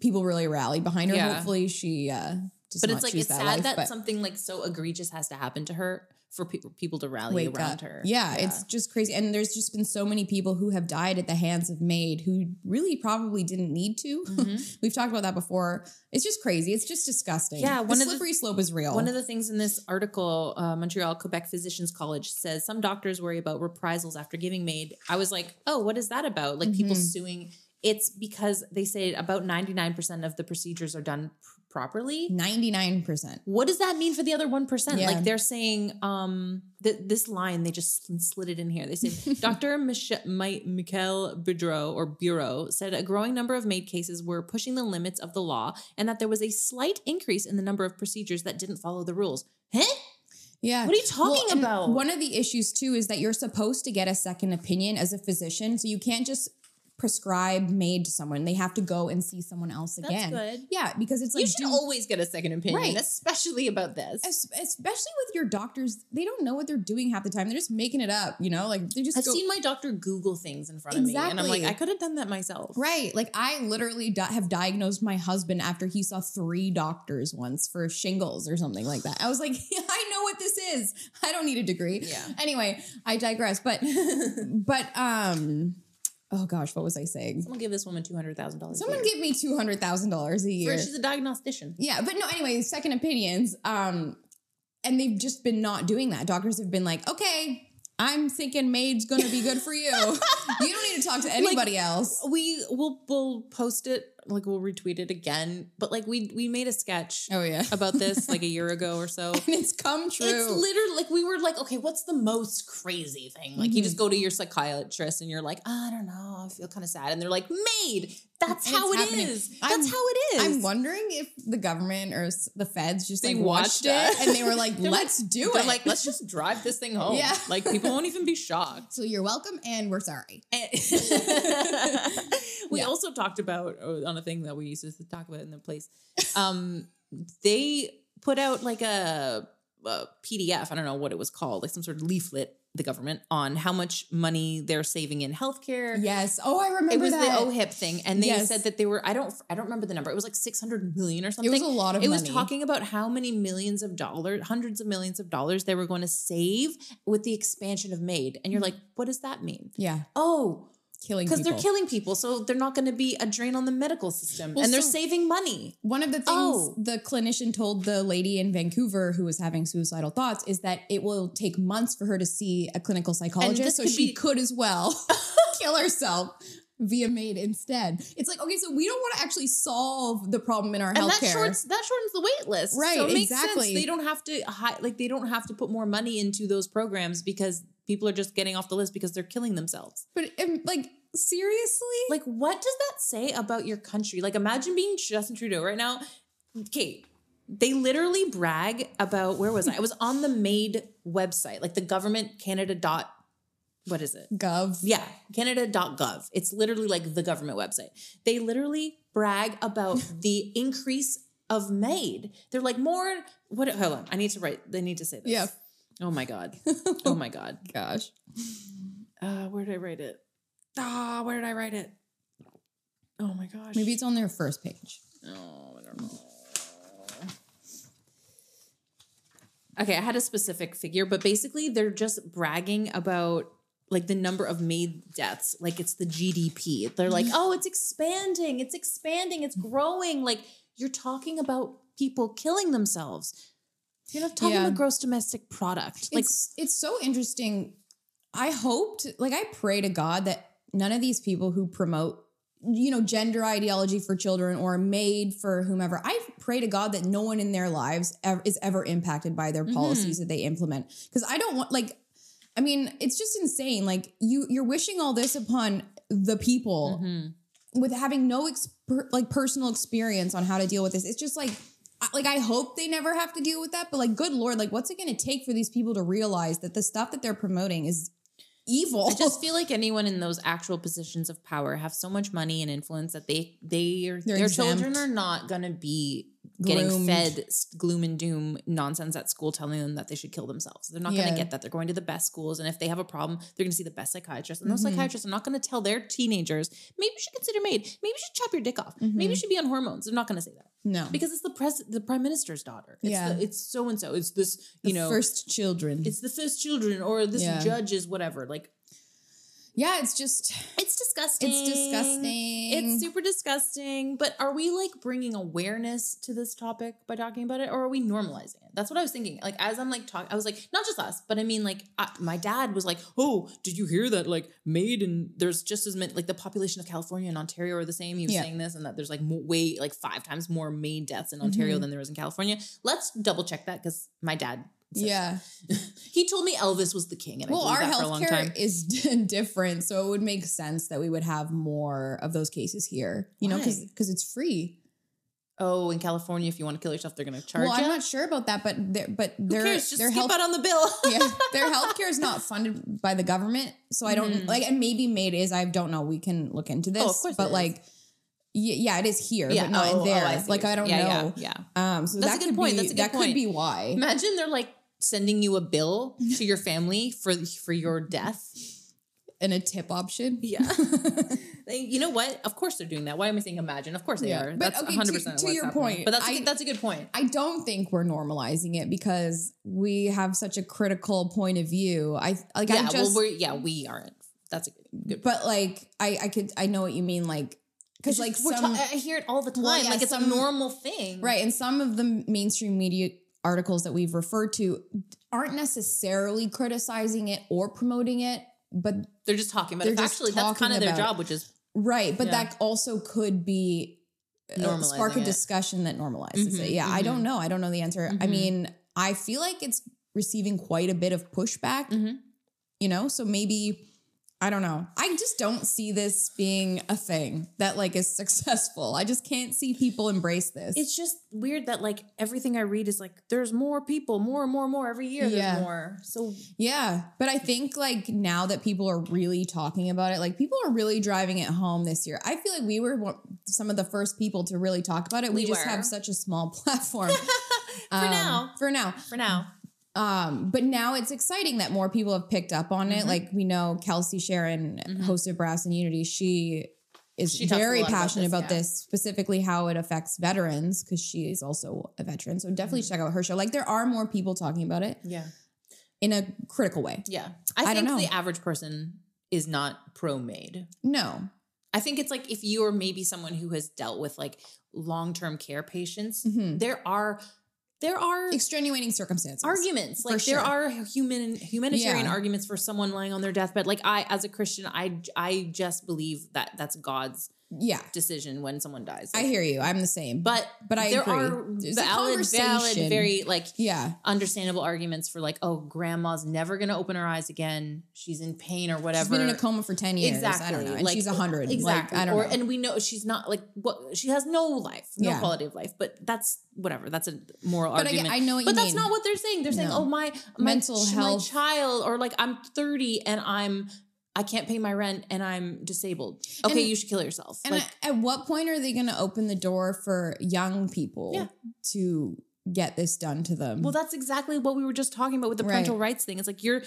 [SPEAKER 2] people really rallied behind her.
[SPEAKER 1] Yeah.
[SPEAKER 2] Hopefully, she uh, does
[SPEAKER 1] But
[SPEAKER 2] not
[SPEAKER 1] it's like
[SPEAKER 2] choose
[SPEAKER 1] it's
[SPEAKER 2] that
[SPEAKER 1] sad
[SPEAKER 2] life,
[SPEAKER 1] that
[SPEAKER 2] but
[SPEAKER 1] something like so egregious has to happen to her for pe- people to rally
[SPEAKER 2] wake
[SPEAKER 1] around
[SPEAKER 2] up.
[SPEAKER 1] her.
[SPEAKER 2] Yeah, it's just crazy. And there's just been so many people who have died at the hands of Maid who really probably didn't need to. [laughs]
[SPEAKER 1] Mhm.
[SPEAKER 2] We've talked about that before. It's just crazy. It's just disgusting.
[SPEAKER 1] Yeah,
[SPEAKER 2] the
[SPEAKER 1] one of the-
[SPEAKER 2] slippery slope is real.
[SPEAKER 1] One of the things in this article, uh, Montreal Quebec Physicians College says some doctors worry about reprisals after giving maid. I was like, oh, what is that about? Like people
[SPEAKER 2] Mhm.
[SPEAKER 1] suing. It's because they say about 99% of the procedures are done pr- properly.
[SPEAKER 2] Ninety-nine percent.
[SPEAKER 1] what does that mean for the other 1%?
[SPEAKER 2] Yeah.
[SPEAKER 1] Like they're saying um th- this line they just sl- slid it in here. They
[SPEAKER 2] [laughs]
[SPEAKER 1] say Dr. Mich- Mi- Michael Boudreau or Bureau said a growing number of maid cases were pushing the limits of the law and that there was a slight increase in the number of procedures that didn't follow the rules. Huh?
[SPEAKER 2] Yeah.
[SPEAKER 1] What are you talking
[SPEAKER 2] and
[SPEAKER 1] about?
[SPEAKER 2] One of the issues too is that you're supposed to get a second opinion as a physician, so you can't just prescribe made to someone. They have to go and see someone else
[SPEAKER 1] That's
[SPEAKER 2] again.
[SPEAKER 1] good.
[SPEAKER 2] Yeah, because it's like
[SPEAKER 1] you should
[SPEAKER 2] do-
[SPEAKER 1] always get a second opinion,
[SPEAKER 2] Right.
[SPEAKER 1] especially about this.
[SPEAKER 2] es- especially with your doctors, they don't know what they're doing half the time. They're just making it up, you know? Like they just
[SPEAKER 1] I've
[SPEAKER 2] go-
[SPEAKER 1] seen my doctor Google things in front of me, and I'm like,
[SPEAKER 2] Exactly.
[SPEAKER 1] I could have done that myself.
[SPEAKER 2] Right. Like I literally di- have diagnosed my husband after he saw three doctors once for shingles or something like that. I was like, [laughs] I know what this is. I don't need a degree.
[SPEAKER 1] Yeah.
[SPEAKER 2] Anyway, I digress. But [laughs] but um oh gosh, what was I saying?
[SPEAKER 1] Someone give this woman two hundred thousand dollars.
[SPEAKER 2] Someone give me two hundred thousand dollars a year.
[SPEAKER 1] She's a diagnostician.
[SPEAKER 2] Yeah, but no, anyway, second opinions. Um, and they've just been not doing that. Doctors have been like, okay, I'm thinking maid's gonna be good for you. you don't need to [laughs] talk to anybody else.
[SPEAKER 1] we will we'll post it like we'll retweet it again but like we we made a sketch
[SPEAKER 2] Oh yeah.
[SPEAKER 1] about this
[SPEAKER 2] [laughs]
[SPEAKER 1] like a year ago or so
[SPEAKER 2] and it's come true.
[SPEAKER 1] it's literally like we were like okay what's the most crazy thing like you just
[SPEAKER 2] Mm-hmm.
[SPEAKER 1] go to your psychiatrist and you're like i don't know i feel kind of sad and they're like maid that's
[SPEAKER 2] And
[SPEAKER 1] how
[SPEAKER 2] it's
[SPEAKER 1] it
[SPEAKER 2] happening.
[SPEAKER 1] is
[SPEAKER 2] I'm-
[SPEAKER 1] that's how it is
[SPEAKER 2] I'm wondering if the government or s- the feds just
[SPEAKER 1] They
[SPEAKER 2] like watched
[SPEAKER 1] watched
[SPEAKER 2] it
[SPEAKER 1] us.
[SPEAKER 2] and they were
[SPEAKER 1] [laughs]
[SPEAKER 2] like,
[SPEAKER 1] They're like-
[SPEAKER 2] let's do
[SPEAKER 1] they're
[SPEAKER 2] it.
[SPEAKER 1] like let's just drive this
[SPEAKER 2] [laughs]
[SPEAKER 1] thing home
[SPEAKER 2] Yeah.
[SPEAKER 1] like people won't even be shocked
[SPEAKER 2] so you're welcome and we're sorry.
[SPEAKER 1] And- [laughs] we
[SPEAKER 2] Yeah.
[SPEAKER 1] also talked about uh, on a thing that we used to talk about in the place. Um, they put out like a, a PDF. I don't know what it was called, like some sort of leaflet. The government on how much money they're saving in healthcare.
[SPEAKER 2] Yes. Oh, I remember
[SPEAKER 1] It was
[SPEAKER 2] that.
[SPEAKER 1] the OHIP thing, and they
[SPEAKER 2] Yes.
[SPEAKER 1] said that they were. I don't. I don't remember the number. It was like six hundred million or
[SPEAKER 2] it
[SPEAKER 1] something.
[SPEAKER 2] was a lot of
[SPEAKER 1] It
[SPEAKER 2] money.
[SPEAKER 1] was talking about how many millions of dollars, hundreds of millions of dollars they were going to save with the expansion of MAID. And you're
[SPEAKER 2] Mm-hmm.
[SPEAKER 1] like, what does that mean?
[SPEAKER 2] Yeah.
[SPEAKER 1] Oh,
[SPEAKER 2] Killing
[SPEAKER 1] because they're
[SPEAKER 2] people.
[SPEAKER 1] killing people, so they're not going to be a drain on the medical system,
[SPEAKER 2] Well,
[SPEAKER 1] and they're
[SPEAKER 2] so-
[SPEAKER 1] saving money.
[SPEAKER 2] One of the things
[SPEAKER 1] Oh.
[SPEAKER 2] the clinician told the lady in Vancouver who was having suicidal thoughts is that it will take months for her to see a clinical
[SPEAKER 1] this
[SPEAKER 2] psychologist. So
[SPEAKER 1] could [laughs]
[SPEAKER 2] [laughs] she
[SPEAKER 1] be-
[SPEAKER 2] could as well kill herself via maid instead. It's like, okay, so we don't want to actually solve the problem in our
[SPEAKER 1] and that
[SPEAKER 2] healthcare.
[SPEAKER 1] shorts that shortens the wait list,
[SPEAKER 2] Right,
[SPEAKER 1] So it makes
[SPEAKER 2] exactly.
[SPEAKER 1] sense. They don't have to hi- like they don't have to put more money into those programs because people are just getting off the list because they're killing themselves.
[SPEAKER 2] but um, like seriously,
[SPEAKER 1] Like, what does that say about your country? Like, imagine being Justin Trudeau right now. Kate, they literally brag about where was I? I was on the MAID website, like the government Canada dot. What is it?
[SPEAKER 2] gov.
[SPEAKER 1] Yeah, canada.gov. It's literally like the government website. They literally brag about the increase of made. They're like more what hold on. I need to write they need to say this.
[SPEAKER 2] Yeah.
[SPEAKER 1] Oh my god. Oh my god.
[SPEAKER 2] Gosh.
[SPEAKER 1] Uh where did I write it? Ah, where did I write it? Oh my gosh.
[SPEAKER 2] Maybe it's on their first page.
[SPEAKER 1] Oh, I don't know. Okay, I had a specific figure, but basically they're just bragging about like the number of maid deaths, like it's the GDP. They're like, oh, it's expanding, it's expanding, it's growing. Like you're talking about people killing themselves. You're not talking
[SPEAKER 2] Yeah.
[SPEAKER 1] about gross domestic product. Like
[SPEAKER 2] it's it's so interesting. I hoped, like, I pray to God that none of these people who promote, you know, gender ideology for children or made for whomever, I pray to God that no one in their lives ever, is ever impacted by their policies that they implement. Because I don't want, like, I mean, it's just insane. Like, you you're wishing all this upon the people with having no exper- like personal experience on how to deal with this. It's just like I- like I hope they never have to deal with that, but like good lord, like what's it going to take for these people to realize that the stuff that they're promoting is evil?
[SPEAKER 1] I just feel like anyone in those actual positions of power have so much money and influence that they they are,
[SPEAKER 2] They're
[SPEAKER 1] their children
[SPEAKER 2] exempt.
[SPEAKER 1] are not going to be getting
[SPEAKER 2] Groomed.
[SPEAKER 1] fed s- gloom and doom nonsense at school telling them that they should kill themselves. They're not going
[SPEAKER 2] Yeah.
[SPEAKER 1] to get that. They're going to the best schools and if they have a problem, they're going to see the best psychiatrist. And those
[SPEAKER 2] Mhm.
[SPEAKER 1] psychiatrists are not going to tell their teenagers, maybe you should consider maid. Maybe you should chop your dick off.
[SPEAKER 2] Mm-hmm.
[SPEAKER 1] Maybe you should be on hormones. They're not going to say that.
[SPEAKER 2] [laughs] no.
[SPEAKER 1] Because it's the pres the prime minister's daughter. It's
[SPEAKER 2] Yeah.
[SPEAKER 1] the, it's so and so. It's this, you
[SPEAKER 2] The
[SPEAKER 1] know,
[SPEAKER 2] first children.
[SPEAKER 1] it's the first children or this
[SPEAKER 2] Yeah.
[SPEAKER 1] judge is whatever. Like
[SPEAKER 2] yeah, it's just
[SPEAKER 1] it's disgusting.
[SPEAKER 2] it's disgusting.
[SPEAKER 1] It's super disgusting. But are we like bringing awareness to this topic by talking about it, or are we normalizing it? That's what I was thinking. Like as I'm like talking, I was like, not just us, but I mean, like I, my dad was like, "Oh, did you hear that? Like made and there's just as many like the population of California and Ontario are the same." He was
[SPEAKER 2] Yeah.
[SPEAKER 1] saying this, and that there's like mo- way like five times more maid deaths in Ontario
[SPEAKER 2] Mhm.
[SPEAKER 1] than there is in California. Let's double check that because my dad. said-
[SPEAKER 2] yeah.
[SPEAKER 1] he told me Elvis was the king, and
[SPEAKER 2] Well,
[SPEAKER 1] I
[SPEAKER 2] our
[SPEAKER 1] believed that for a long
[SPEAKER 2] healthcare
[SPEAKER 1] time.
[SPEAKER 2] is [laughs] different, so it would make sense that we would have more of those cases here. You know, because
[SPEAKER 1] Why?
[SPEAKER 2] because it's free.
[SPEAKER 1] Oh, in California, if you want to kill yourself, they're going to charge
[SPEAKER 2] well,
[SPEAKER 1] you.
[SPEAKER 2] I'm not sure about that, but they're, but
[SPEAKER 1] Who
[SPEAKER 2] their
[SPEAKER 1] cares? Just
[SPEAKER 2] their
[SPEAKER 1] skip
[SPEAKER 2] health
[SPEAKER 1] out on the bill. [laughs]
[SPEAKER 2] yeah, their healthcare is not funded by the government, so I don't
[SPEAKER 1] Mhm.
[SPEAKER 2] like. And maybe made is. I don't know. We can look into this.
[SPEAKER 1] Oh, of course it
[SPEAKER 2] but
[SPEAKER 1] is.
[SPEAKER 2] like, y- yeah, it is here, but not
[SPEAKER 1] oh,
[SPEAKER 2] in there.
[SPEAKER 1] oh, see
[SPEAKER 2] like
[SPEAKER 1] what
[SPEAKER 2] I don't
[SPEAKER 1] you're saying. yeah,
[SPEAKER 2] know.
[SPEAKER 1] Yeah, yeah.
[SPEAKER 2] Um, so
[SPEAKER 1] That's
[SPEAKER 2] that
[SPEAKER 1] a good
[SPEAKER 2] could
[SPEAKER 1] point.
[SPEAKER 2] be
[SPEAKER 1] That's a good
[SPEAKER 2] that could
[SPEAKER 1] point.
[SPEAKER 2] be why.
[SPEAKER 1] Imagine they're like sending you a [laughs] bill to your family for for your death.
[SPEAKER 2] And a tip option.
[SPEAKER 1] Yeah. [laughs] They- you know what? Of course they're doing that. Why am I saying imagine? Of course they
[SPEAKER 2] Yeah.
[SPEAKER 1] are.
[SPEAKER 2] But
[SPEAKER 1] that's
[SPEAKER 2] okay, to-
[SPEAKER 1] 100%
[SPEAKER 2] to
[SPEAKER 1] what's
[SPEAKER 2] your
[SPEAKER 1] happening.
[SPEAKER 2] point,
[SPEAKER 1] But that's a
[SPEAKER 2] I-
[SPEAKER 1] good, that's a good point.
[SPEAKER 2] [laughs] I don't think we're normalizing it because we have such a critical point of view. I like
[SPEAKER 1] yeah,
[SPEAKER 2] I just
[SPEAKER 1] well we're yeah, we aren't. That's a good, good
[SPEAKER 2] but like I I could I know what you mean like cuz like
[SPEAKER 1] we're
[SPEAKER 2] some
[SPEAKER 1] ta- I hear it all the time.
[SPEAKER 2] Well, yeah,
[SPEAKER 1] like it's
[SPEAKER 2] some-
[SPEAKER 1] a normal thing.
[SPEAKER 2] Right. And some of the m- mainstream media articles that we've referred to aren't necessarily criticizing it or promoting it, but
[SPEAKER 1] They're just talking about
[SPEAKER 2] They're
[SPEAKER 1] it.
[SPEAKER 2] just
[SPEAKER 1] Actually, that's
[SPEAKER 2] talking
[SPEAKER 1] kind of their
[SPEAKER 2] about
[SPEAKER 1] job, which is
[SPEAKER 2] right, but
[SPEAKER 1] Yeah.
[SPEAKER 2] that also could be a spark
[SPEAKER 1] Normalizing
[SPEAKER 2] of
[SPEAKER 1] it.
[SPEAKER 2] discussion that normalizes
[SPEAKER 1] Mhm,
[SPEAKER 2] it. Yeah, I
[SPEAKER 1] mhm.
[SPEAKER 2] don't know. I don't know the answer. I
[SPEAKER 1] Mhm.
[SPEAKER 2] mean, I feel like it's receiving quite a bit of pushback,
[SPEAKER 1] Mhm.
[SPEAKER 2] you know? So maybe I don't know. I just don't see this being a thing that like is successful. I just can't see people embrace this.
[SPEAKER 1] it's just weird that like everything I read is like there's more people, more and more, more every year.
[SPEAKER 2] Yeah.
[SPEAKER 1] There's more. So
[SPEAKER 2] Yeah, but I think like now that people are really talking about it, like people are really driving it home this year. I feel like we were one, some of the first people to really talk about it. We,
[SPEAKER 1] We
[SPEAKER 2] just
[SPEAKER 1] were.
[SPEAKER 2] have such a small [laughs] platform
[SPEAKER 1] [laughs]
[SPEAKER 2] Um,
[SPEAKER 1] for now.
[SPEAKER 2] For now,
[SPEAKER 1] for now.
[SPEAKER 2] um, but now it's exciting that more people have picked up on it.
[SPEAKER 1] Mhm.
[SPEAKER 2] Like we know Kelsey Sharon
[SPEAKER 1] Mhm.
[SPEAKER 2] hosted Brass and Unity. She is
[SPEAKER 1] She talks a
[SPEAKER 2] very
[SPEAKER 1] lot about
[SPEAKER 2] passionate
[SPEAKER 1] this,
[SPEAKER 2] about this,
[SPEAKER 1] yeah.
[SPEAKER 2] specifically how it affects veterans because she is also a veteran. So definitely
[SPEAKER 1] Mm-hmm.
[SPEAKER 2] check out her show. Like there are more people talking about it
[SPEAKER 1] Yeah.
[SPEAKER 2] in a critical way.
[SPEAKER 1] Yeah.
[SPEAKER 2] I
[SPEAKER 1] I, think
[SPEAKER 2] don't know.
[SPEAKER 1] the average person is not pro made.
[SPEAKER 2] No,
[SPEAKER 1] I think it's like if you are maybe someone who has dealt with like long term care patients,
[SPEAKER 2] Mhm.
[SPEAKER 1] there are there are
[SPEAKER 2] extenuating circumstances.
[SPEAKER 1] arguments. Like
[SPEAKER 2] sure.
[SPEAKER 1] there are human humanitarian
[SPEAKER 2] Yeah.
[SPEAKER 1] arguments for someone lying on their deathbed. Like I, as a Christian, I I just believe that that's God's
[SPEAKER 2] yeah,
[SPEAKER 1] decision when someone dies.
[SPEAKER 2] I hear you. I'm the same.
[SPEAKER 1] but
[SPEAKER 2] but I
[SPEAKER 1] there
[SPEAKER 2] agree.
[SPEAKER 1] are
[SPEAKER 2] It's a
[SPEAKER 1] valid, valid,
[SPEAKER 2] conversation.
[SPEAKER 1] very like
[SPEAKER 2] yeah,
[SPEAKER 1] understandable arguments for like, oh, grandma's never gonna open her eyes again. She's in pain or whatever.
[SPEAKER 2] she's been in a coma for ten years.
[SPEAKER 1] Exactly.
[SPEAKER 2] I don't know. And
[SPEAKER 1] Like,
[SPEAKER 2] she's hundred.
[SPEAKER 1] Exactly.
[SPEAKER 2] Like, I don't
[SPEAKER 1] or,
[SPEAKER 2] know.
[SPEAKER 1] And we know she's not like what she has no life, no
[SPEAKER 2] Yeah.
[SPEAKER 1] quality of life. But that's whatever. That's a moral
[SPEAKER 2] But I get-
[SPEAKER 1] argument.
[SPEAKER 2] I know what
[SPEAKER 1] but
[SPEAKER 2] you
[SPEAKER 1] that's
[SPEAKER 2] mean.
[SPEAKER 1] not what they're saying. They're saying,
[SPEAKER 2] No.
[SPEAKER 1] oh my, my
[SPEAKER 2] Mental
[SPEAKER 1] ch-
[SPEAKER 2] health.
[SPEAKER 1] my child, or like I'm 30 and I'm I can't pay my rent and I'm disabled. Okay,
[SPEAKER 2] And-
[SPEAKER 1] you should kill yourself.
[SPEAKER 2] And
[SPEAKER 1] like
[SPEAKER 2] I- at what point are they going to open the door for young people
[SPEAKER 1] Yeah.
[SPEAKER 2] to get this done to them?
[SPEAKER 1] Well, that's exactly what we were just talking about with the
[SPEAKER 2] Right.
[SPEAKER 1] parental rights thing. It's like you're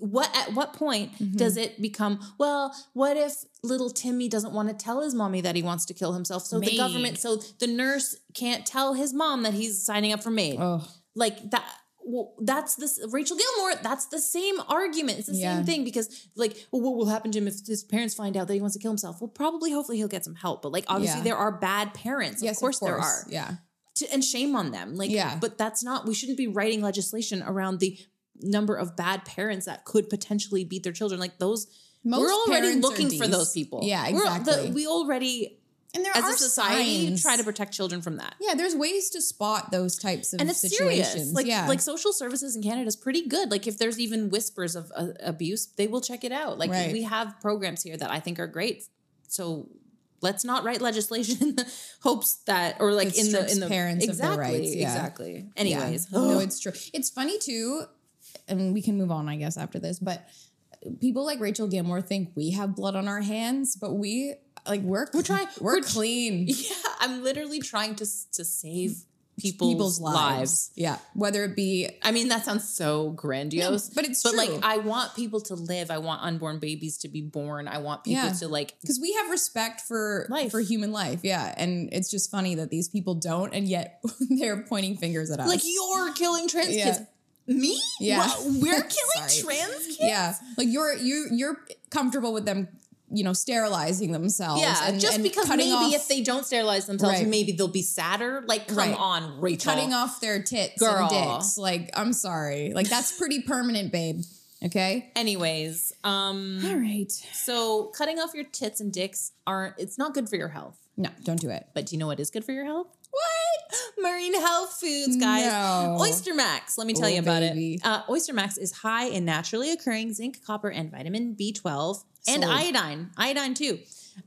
[SPEAKER 1] what at what point
[SPEAKER 2] Mm-hmm.
[SPEAKER 1] does it become, well, what if little Timmy doesn't want to tell his mommy that he wants to kill himself? So the
[SPEAKER 2] Maid.
[SPEAKER 1] government so the nurse can't tell his mom that he's signing up for maid.
[SPEAKER 2] oh,
[SPEAKER 1] Like that well, that's this Rachel Gilmore. That's the same argument. It's the
[SPEAKER 2] Yeah.
[SPEAKER 1] same thing because, like, well, what will happen to him if his parents find out that he wants to kill himself? Well, probably, hopefully, he'll get some help. But like, obviously,
[SPEAKER 2] Yeah.
[SPEAKER 1] there are bad parents.
[SPEAKER 2] yes,
[SPEAKER 1] of course, there are
[SPEAKER 2] Yeah.
[SPEAKER 1] to, and shame on them. Like,
[SPEAKER 2] Yeah.
[SPEAKER 1] but that's not, we shouldn't be writing legislation around the number of bad parents that could potentially beat their children. Like those, we're already
[SPEAKER 2] parents are
[SPEAKER 1] looking for
[SPEAKER 2] dece-
[SPEAKER 1] those people.
[SPEAKER 2] Yeah,
[SPEAKER 1] We're-
[SPEAKER 2] exactly.
[SPEAKER 1] the- we already,
[SPEAKER 2] and there
[SPEAKER 1] as
[SPEAKER 2] are
[SPEAKER 1] a society,
[SPEAKER 2] signs.
[SPEAKER 1] try to protect children from that.
[SPEAKER 2] Yeah, there's ways to spot those types of
[SPEAKER 1] And it's
[SPEAKER 2] situations.
[SPEAKER 1] serious. Like,
[SPEAKER 2] yeah.
[SPEAKER 1] like social services in Canada is pretty good. Like, if there's even whispers of uh, abuse, they will check it out. Like,
[SPEAKER 2] Right.
[SPEAKER 1] we have programs here that I think are great. So let's not write legislation [laughs] in the hopes that, or like
[SPEAKER 2] That
[SPEAKER 1] in the
[SPEAKER 2] strips
[SPEAKER 1] in the
[SPEAKER 2] parents of their
[SPEAKER 1] exactly,
[SPEAKER 2] rights, yeah.
[SPEAKER 1] exactly.
[SPEAKER 2] Yeah.
[SPEAKER 1] Anyways, [gasps]
[SPEAKER 2] No, it's true. It's funny too, and we can move on, I guess, after this, but people like Rachel Gilmore think we have blood on our hands, but we like we're we're
[SPEAKER 1] try-
[SPEAKER 2] [laughs] we're,
[SPEAKER 1] we're-
[SPEAKER 2] clean.
[SPEAKER 1] [laughs] Yeah, I'm literally trying to to save people's,
[SPEAKER 2] People's
[SPEAKER 1] lives.
[SPEAKER 2] lives. Yeah. Whether it be
[SPEAKER 1] I mean, that sounds so grandiose,
[SPEAKER 2] but it's
[SPEAKER 1] but
[SPEAKER 2] true.
[SPEAKER 1] like I want people to live. I want unborn babies to be born. I want people
[SPEAKER 2] Yeah.
[SPEAKER 1] to like.
[SPEAKER 2] because we have respect for
[SPEAKER 1] Life.
[SPEAKER 2] for human life, yeah, and it's just funny that these people don't, and yet [laughs] they're pointing fingers at us.
[SPEAKER 1] Like you're killing trans
[SPEAKER 2] Yeah.
[SPEAKER 1] kids. Me?
[SPEAKER 2] Yeah.
[SPEAKER 1] What? [laughs] We're killing
[SPEAKER 2] Sorry.
[SPEAKER 1] trans kids.
[SPEAKER 2] yeah, like you're you you're comfortable with them, you know, sterilizing themselves.
[SPEAKER 1] Yeah,
[SPEAKER 2] and,
[SPEAKER 1] just
[SPEAKER 2] and
[SPEAKER 1] because
[SPEAKER 2] cutting
[SPEAKER 1] maybe
[SPEAKER 2] off,
[SPEAKER 1] if they don't sterilize themselves,
[SPEAKER 2] Right.
[SPEAKER 1] maybe they'll be sadder. Like, come
[SPEAKER 2] Right.
[SPEAKER 1] on, Rachel.
[SPEAKER 2] cutting off their tits
[SPEAKER 1] Girl.
[SPEAKER 2] and dicks, like I'm sorry, like that's pretty permanent, babe. Okay,
[SPEAKER 1] Anyways, um,
[SPEAKER 2] all right,
[SPEAKER 1] so cutting off your tits and dicks aren't. It's not good for your health.
[SPEAKER 2] no, don't do it.
[SPEAKER 1] But do you know what is good for your health?
[SPEAKER 2] What?
[SPEAKER 1] [gasps] Marine health foods, guys.
[SPEAKER 2] No.
[SPEAKER 1] Oyster Max, let me tell
[SPEAKER 2] Oh,
[SPEAKER 1] you about
[SPEAKER 2] baby.
[SPEAKER 1] it. Uh, Oyster Max is high in naturally occurring zinc, copper, and vitamin B12 and
[SPEAKER 2] Sold.
[SPEAKER 1] iodine. Iodine, too.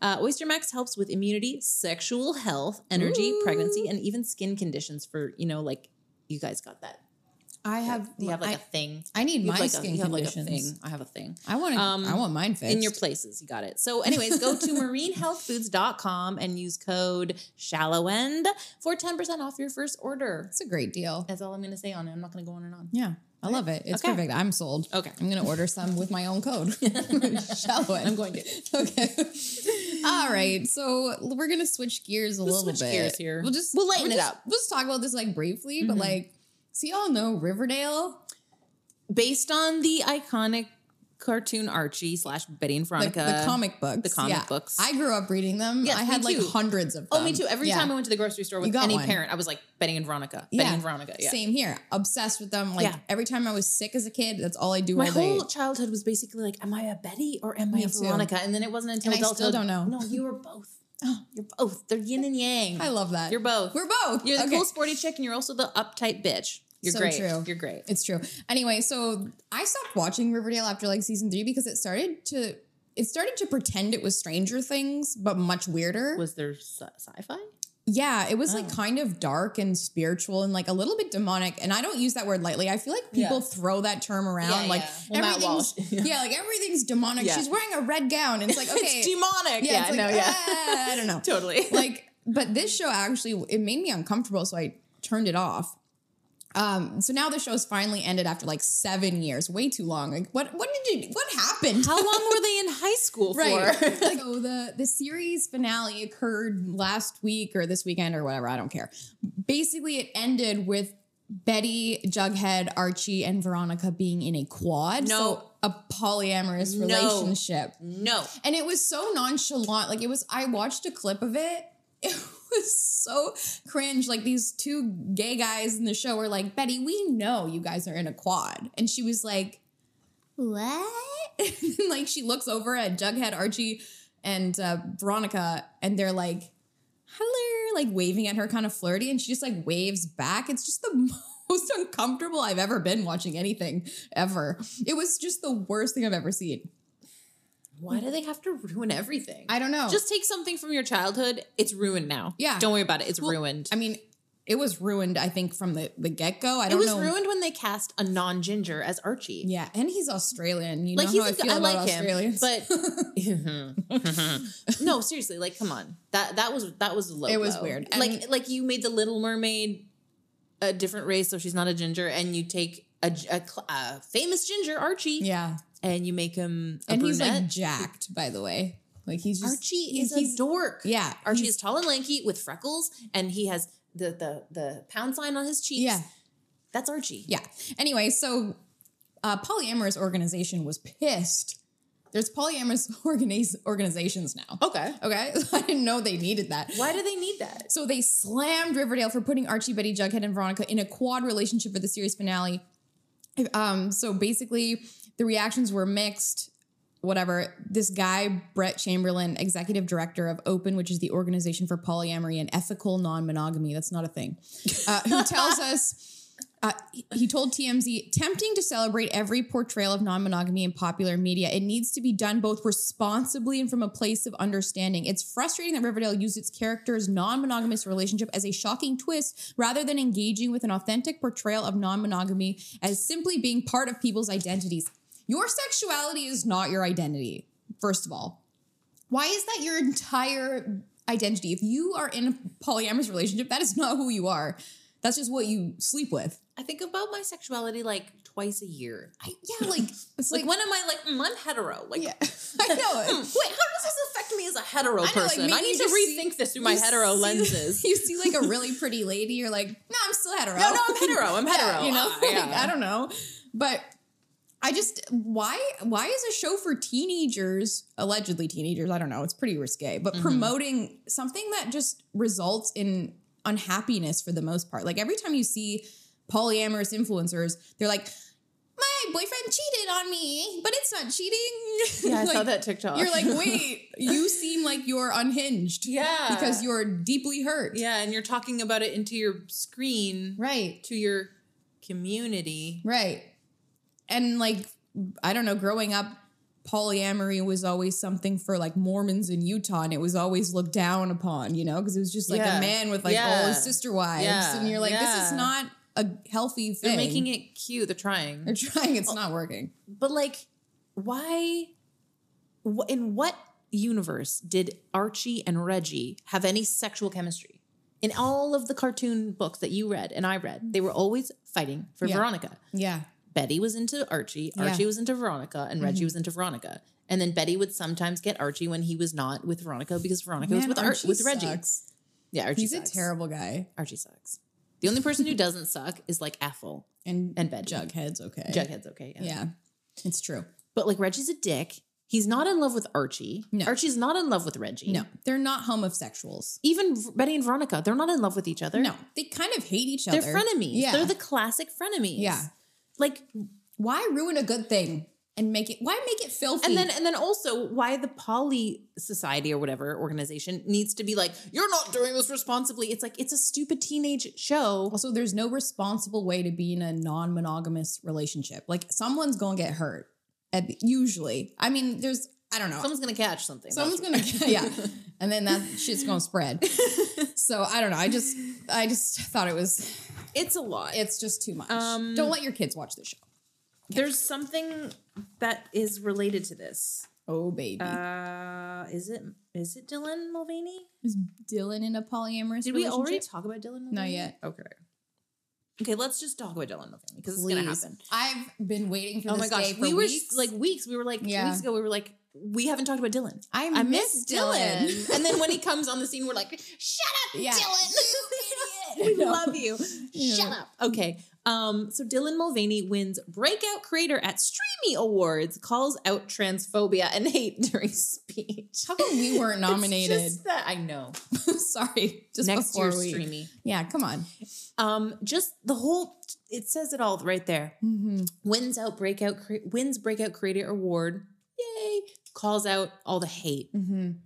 [SPEAKER 1] Uh, Oyster Max helps with immunity, sexual health, energy,
[SPEAKER 2] Ooh.
[SPEAKER 1] pregnancy, and even skin conditions for, you know, like you guys got that.
[SPEAKER 2] I have.
[SPEAKER 1] You have like
[SPEAKER 2] I
[SPEAKER 1] a thing.
[SPEAKER 2] I need
[SPEAKER 1] You have
[SPEAKER 2] my
[SPEAKER 1] like a-
[SPEAKER 2] skin
[SPEAKER 1] you have like a
[SPEAKER 2] conditions.
[SPEAKER 1] thing. I have a thing
[SPEAKER 2] I want to.
[SPEAKER 1] Um,
[SPEAKER 2] I want mine fixed.
[SPEAKER 1] in your places. You got it. So, anyways, go
[SPEAKER 2] [laughs]
[SPEAKER 1] to marinehealthfoods.com and use code shallow end for 10% off your first order.
[SPEAKER 2] it's a great deal.
[SPEAKER 1] That's all I'm going to say on it. I'm not going to go on and on.
[SPEAKER 2] Yeah, I love it. It's
[SPEAKER 1] Okay.
[SPEAKER 2] perfect. I'm sold.
[SPEAKER 1] Okay.
[SPEAKER 2] I'm gonna order some with my own code. [laughs] Shallow it.
[SPEAKER 1] I'm going to.
[SPEAKER 2] Okay. All right. So we're gonna switch gears a little
[SPEAKER 1] switch
[SPEAKER 2] bit.
[SPEAKER 1] gears here.
[SPEAKER 2] We'll just
[SPEAKER 1] We'll lighten
[SPEAKER 2] we'll
[SPEAKER 1] it
[SPEAKER 2] just-
[SPEAKER 1] up.
[SPEAKER 2] We'll just talk about this like briefly, but
[SPEAKER 1] Mhm.
[SPEAKER 2] like, so y'all know Riverdale,
[SPEAKER 1] Based on the iconic cartoon Archie slash Betty and
[SPEAKER 2] like
[SPEAKER 1] Veronica. um,
[SPEAKER 2] the comic books,
[SPEAKER 1] the comic
[SPEAKER 2] Yeah.
[SPEAKER 1] books.
[SPEAKER 2] I grew up reading them.
[SPEAKER 1] Yes, me
[SPEAKER 2] I had like
[SPEAKER 1] too.
[SPEAKER 2] hundreds of them.
[SPEAKER 1] Oh, me too. Every
[SPEAKER 2] Yeah.
[SPEAKER 1] time I went to the grocery store
[SPEAKER 2] You
[SPEAKER 1] with
[SPEAKER 2] got
[SPEAKER 1] any
[SPEAKER 2] one.
[SPEAKER 1] parent, I was like Betty and Veronica.
[SPEAKER 2] Yeah.
[SPEAKER 1] Betty and Veronica. Yeah.
[SPEAKER 2] Same here. Obsessed with them. Like
[SPEAKER 1] Yeah.
[SPEAKER 2] every time I was sick as a kid, that's all I do.
[SPEAKER 1] My
[SPEAKER 2] all day.
[SPEAKER 1] whole childhood was basically like, am I a Betty or am I
[SPEAKER 2] Me
[SPEAKER 1] a
[SPEAKER 2] too.
[SPEAKER 1] Veronica? And then it wasn't until
[SPEAKER 2] And I still
[SPEAKER 1] adulthood.
[SPEAKER 2] don't know. Oh.
[SPEAKER 1] No, you were both.
[SPEAKER 2] [gasps]
[SPEAKER 1] You're both. They're yin and yang.
[SPEAKER 2] I love that.
[SPEAKER 1] You're both.
[SPEAKER 2] We're both.
[SPEAKER 1] You're the
[SPEAKER 2] Okay.
[SPEAKER 1] cool sporty chick and you're also the uptight bitch. You're
[SPEAKER 2] So
[SPEAKER 1] great.
[SPEAKER 2] true.
[SPEAKER 1] You're great.
[SPEAKER 2] It's true. Anyway, so I stopped watching Riverdale after like season three because it started to it started to pretend it was Stranger Things, but much weirder.
[SPEAKER 1] Was there sci- sci-fi?
[SPEAKER 2] yeah, it was like
[SPEAKER 1] Oh.
[SPEAKER 2] kind of dark and spiritual and like a little bit demonic. And I don't use that word lightly. I feel like people
[SPEAKER 1] Yeah.
[SPEAKER 2] throw that term around.
[SPEAKER 1] Yeah,
[SPEAKER 2] like
[SPEAKER 1] yeah. Well, Matt
[SPEAKER 2] everything's
[SPEAKER 1] Walsh. [laughs]
[SPEAKER 2] yeah.
[SPEAKER 1] Yeah.
[SPEAKER 2] like everything's demonic.
[SPEAKER 1] Yeah.
[SPEAKER 2] She's wearing a red gown. And it's like, okay.
[SPEAKER 1] [laughs] it's demonic.
[SPEAKER 2] yeah,
[SPEAKER 1] Yeah,
[SPEAKER 2] it's
[SPEAKER 1] no,
[SPEAKER 2] like,
[SPEAKER 1] yeah.
[SPEAKER 2] ah, I don't
[SPEAKER 1] [laughs]
[SPEAKER 2] know.
[SPEAKER 1] totally.
[SPEAKER 2] like but this show actually it made me uncomfortable so i turned it off um so now the show's finally ended after like seven years way too long like what what did you what happened [laughs]
[SPEAKER 1] How long were they in high school for?
[SPEAKER 2] right Like, [laughs] so the the series finale occurred last week or this weekend or whatever i don't care basically it ended with betty jughead archie and veronica being in a quad
[SPEAKER 1] No.
[SPEAKER 2] so a polyamorous
[SPEAKER 1] No.
[SPEAKER 2] relationship
[SPEAKER 1] No.
[SPEAKER 2] and it [laughs] was so nonchalant. Like it was, I watched a clip of it. It was so cringe. Like these two gay guys in the show were like, Betty, we know you guys are in a quad. And she was like, What? [laughs] and like she looks over at Jughead, Archie, and uh, Veronica, and they're like, Hello, like waving at her kind of flirty. And she just like waves back. It's just the [laughs] most uncomfortable I've ever been watching anything ever. It was just the worst thing I've ever seen.
[SPEAKER 1] Why do they have to ruin everything?
[SPEAKER 2] I don't know.
[SPEAKER 1] Just take something from your childhood. It's ruined now.
[SPEAKER 2] Yeah.
[SPEAKER 1] Don't worry about it. It's
[SPEAKER 2] Well,
[SPEAKER 1] ruined.
[SPEAKER 2] I mean, it was ruined, I think, from the, the get go. I
[SPEAKER 1] it
[SPEAKER 2] don't
[SPEAKER 1] was
[SPEAKER 2] know.
[SPEAKER 1] ruined when they cast a non ginger as Archie.
[SPEAKER 2] Yeah, and he's Australian. You
[SPEAKER 1] Like
[SPEAKER 2] know
[SPEAKER 1] he's
[SPEAKER 2] how I
[SPEAKER 1] a g-
[SPEAKER 2] feel
[SPEAKER 1] I
[SPEAKER 2] about
[SPEAKER 1] like him,
[SPEAKER 2] Australians. [laughs]
[SPEAKER 1] but [laughs] no, seriously, like come on, that that was that was low.
[SPEAKER 2] It was
[SPEAKER 1] blow.
[SPEAKER 2] weird.
[SPEAKER 1] Like
[SPEAKER 2] And-
[SPEAKER 1] like you made the Little Mermaid a different race, so she's not a ginger, and you take a, g- a cl- a famous ginger Archie,
[SPEAKER 2] [laughs] yeah,
[SPEAKER 1] and you make him a
[SPEAKER 2] and he's
[SPEAKER 1] brunette.
[SPEAKER 2] like jacked, by the way. Like he's just
[SPEAKER 1] Archie
[SPEAKER 2] he's-
[SPEAKER 1] is a
[SPEAKER 2] he's-
[SPEAKER 1] dork.
[SPEAKER 2] yeah.
[SPEAKER 1] Archie
[SPEAKER 2] he's-
[SPEAKER 1] is tall and lanky with freckles, and he has the the the pound sign on his cheeks.
[SPEAKER 2] yeah,
[SPEAKER 1] that's Archie.
[SPEAKER 2] yeah. Anyway, so uh, polyamorous organization was pissed. There's polyamorous [laughs] organiz- organizations now.
[SPEAKER 1] Okay.
[SPEAKER 2] Okay, [laughs] I didn't know they needed that.
[SPEAKER 1] Why do they need that?
[SPEAKER 2] So they slammed Riverdale for putting Archie, Betty, Jughead, and Veronica in a quad relationship for the series finale. Um, so basically, the reactions were mixed. Whatever. This guy, Brett Chamberlain, executive director of Open, which is the organization for polyamory and ethical non monogamy, that's not a thing, uh, who tells us. Uh, he- he told TMZ, tempting to celebrate every portrayal of non monogamy in popular media. It needs to be done both responsibly and from a place of understanding. It's frustrating that Riverdale used its character's non monogamous relationship as a shocking twist rather than engaging with an authentic portrayal of non monogamy as simply being part of people's identities. Your sexuality is not your identity, first of all. Why is that your entire identity? If you are in a polyamorous relationship, that is not who you are. That's just what you sleep with.
[SPEAKER 1] I think about my sexuality like twice a year.
[SPEAKER 2] I,
[SPEAKER 1] [laughs]
[SPEAKER 2] yeah, like it's
[SPEAKER 1] Like,
[SPEAKER 2] like,
[SPEAKER 1] when am I like mm, I'm hetero? [laughs] Like,
[SPEAKER 2] yeah, I know.
[SPEAKER 1] hmm, wait, how does this affect me as a hetero
[SPEAKER 2] like,
[SPEAKER 1] person?
[SPEAKER 2] maybe
[SPEAKER 1] I need
[SPEAKER 2] you
[SPEAKER 1] to
[SPEAKER 2] just see-
[SPEAKER 1] rethink this through my
[SPEAKER 2] You
[SPEAKER 1] hetero
[SPEAKER 2] see- [laughs]
[SPEAKER 1] lenses.
[SPEAKER 2] You see like a really pretty lady, you're like, no, I'm still hetero.
[SPEAKER 1] No, no, I'm hetero. I'm
[SPEAKER 2] [laughs] Yeah,
[SPEAKER 1] hetero.
[SPEAKER 2] you know,
[SPEAKER 1] Ah,
[SPEAKER 2] like,
[SPEAKER 1] yeah.
[SPEAKER 2] I don't know, but I just why why is a show for teenagers allegedly teenagers? I don't know. It's pretty risque, but
[SPEAKER 1] Mm-hmm.
[SPEAKER 2] promoting something that just results in unhappiness for the most part. Like every time you see polyamorous influencers, they're like. My boyfriend cheated on me, but it's not cheating. [laughs]
[SPEAKER 1] Yeah, I saw
[SPEAKER 2] Like,
[SPEAKER 1] that TikTok. [laughs]
[SPEAKER 2] You're like, [laughs] wait, you seem like you're unhinged.
[SPEAKER 1] Yeah.
[SPEAKER 2] Because you're deeply hurt.
[SPEAKER 1] yeah, and you're talking about it into your screen
[SPEAKER 2] Right.
[SPEAKER 1] to your community.
[SPEAKER 2] Right. And like, I don't know, growing up, polyamory was always something for like Mormons in Utah and it was always looked down upon, you know, because it was just like
[SPEAKER 1] Yeah.
[SPEAKER 2] a man with like all
[SPEAKER 1] Yeah.
[SPEAKER 2] his sister wives.
[SPEAKER 1] Yeah.
[SPEAKER 2] And you're like, this is
[SPEAKER 1] Yeah.
[SPEAKER 2] not a healthy thing.
[SPEAKER 1] They're making it Oh. cute. They're trying.
[SPEAKER 2] They're trying, it's not working.
[SPEAKER 1] But like, why? wh- In what universe did Archie and Reggie have any sexual chemistry? In all of the cartoon books that you read and I read, they were always fighting for
[SPEAKER 2] Yeah.
[SPEAKER 1] Veronica.
[SPEAKER 2] Yeah.
[SPEAKER 1] Betty was into Archie,
[SPEAKER 2] Yeah. Mm-hmm.
[SPEAKER 1] Archie was into Veronica, and Reggie was into Veronica. And then Betty would sometimes get Archie when he was not with Veronica because Veronica was
[SPEAKER 2] Man,
[SPEAKER 1] with Ar-
[SPEAKER 2] Archie
[SPEAKER 1] with Reggie.
[SPEAKER 2] sucks.
[SPEAKER 1] Yeah, Archie
[SPEAKER 2] He's
[SPEAKER 1] sucks.
[SPEAKER 2] a terrible guy.
[SPEAKER 1] Archie sucks. The only person
[SPEAKER 2] [laughs]
[SPEAKER 1] who doesn't suck is like Ethel.
[SPEAKER 2] And,
[SPEAKER 1] And Betty.
[SPEAKER 2] Jughead's okay.
[SPEAKER 1] Jughead's okay.
[SPEAKER 2] Eh. Yeah. It's true.
[SPEAKER 1] But like Reggie's a dick. He's not in love with Archie.
[SPEAKER 2] No.
[SPEAKER 1] Archie's not in love with Reggie.
[SPEAKER 2] No, they're not homosexuals.
[SPEAKER 1] Even V- Betty and Veronica, they're not in love with each other.
[SPEAKER 2] No, they kind of hate each other.
[SPEAKER 1] They're frenemies.
[SPEAKER 2] Yeah.
[SPEAKER 1] They're the classic frenemies.
[SPEAKER 2] Yeah.
[SPEAKER 1] Like
[SPEAKER 2] Why ruin a good thing and make it? Why make it filthy?
[SPEAKER 1] and then and then also why the poly society or whatever organization needs to be like, you're not doing this responsibly. It's like it's a stupid teenage show.
[SPEAKER 2] also, there's no responsible way to be in a non-monogamous relationship. Like someone's gonna get hurt. at the- Usually, I mean, there's I don't know.
[SPEAKER 1] Someone's gonna catch something.
[SPEAKER 2] Someone's
[SPEAKER 1] That's-
[SPEAKER 2] gonna yeah,
[SPEAKER 1] [laughs]
[SPEAKER 2] and then that shit's gonna spread. so I don't know. I just I just thought it was
[SPEAKER 1] it's a lot.
[SPEAKER 2] it's just too much.
[SPEAKER 1] Um,
[SPEAKER 2] don't let your kids watch this show.
[SPEAKER 1] There's something that is related to this.
[SPEAKER 2] Oh baby,
[SPEAKER 1] Uh is it is it Dylan Mulvaney?
[SPEAKER 2] is Dylan in a polyamorous?
[SPEAKER 1] Did we
[SPEAKER 2] relationship?
[SPEAKER 1] already talk about Dylan Mulvaney?
[SPEAKER 2] Not yet.
[SPEAKER 1] Okay. Okay, let's just talk about Dylan Mulvaney because it's
[SPEAKER 2] Please.
[SPEAKER 1] gonna happen.
[SPEAKER 2] I've been waiting
[SPEAKER 1] Oh
[SPEAKER 2] for
[SPEAKER 1] my
[SPEAKER 2] this
[SPEAKER 1] gosh,
[SPEAKER 2] day for
[SPEAKER 1] we were
[SPEAKER 2] weeks.
[SPEAKER 1] s- like weeks. We were like
[SPEAKER 2] Yeah.
[SPEAKER 1] weeks ago. We were like we haven't talked about Dylan.
[SPEAKER 2] I
[SPEAKER 1] I
[SPEAKER 2] miss
[SPEAKER 1] miss
[SPEAKER 2] Dylan.
[SPEAKER 1] Dylan. [laughs] and then when he comes on the scene, we're like, shut up,
[SPEAKER 2] Yeah.
[SPEAKER 1] Dylan.
[SPEAKER 2] I
[SPEAKER 1] we [laughs]
[SPEAKER 2] know.
[SPEAKER 1] love you.
[SPEAKER 2] Yeah.
[SPEAKER 1] Shut up. Okay. Um, so Dylan Mulvaney wins Breakout Creator at Streamy Awards, calls out transphobia and hate [laughs] during speech.
[SPEAKER 2] How come we weren't nominated? [laughs]
[SPEAKER 1] It's just that I know.
[SPEAKER 2] Sorry, just
[SPEAKER 1] Next
[SPEAKER 2] before
[SPEAKER 1] year,
[SPEAKER 2] we.
[SPEAKER 1] Streamy.
[SPEAKER 2] Yeah, come on.
[SPEAKER 1] Um, just the whole. It says it all right there.
[SPEAKER 2] Mhm.
[SPEAKER 1] Wins out breakout. Cre- wins breakout creator award. Yay! Calls out all the hate.
[SPEAKER 2] Mhm.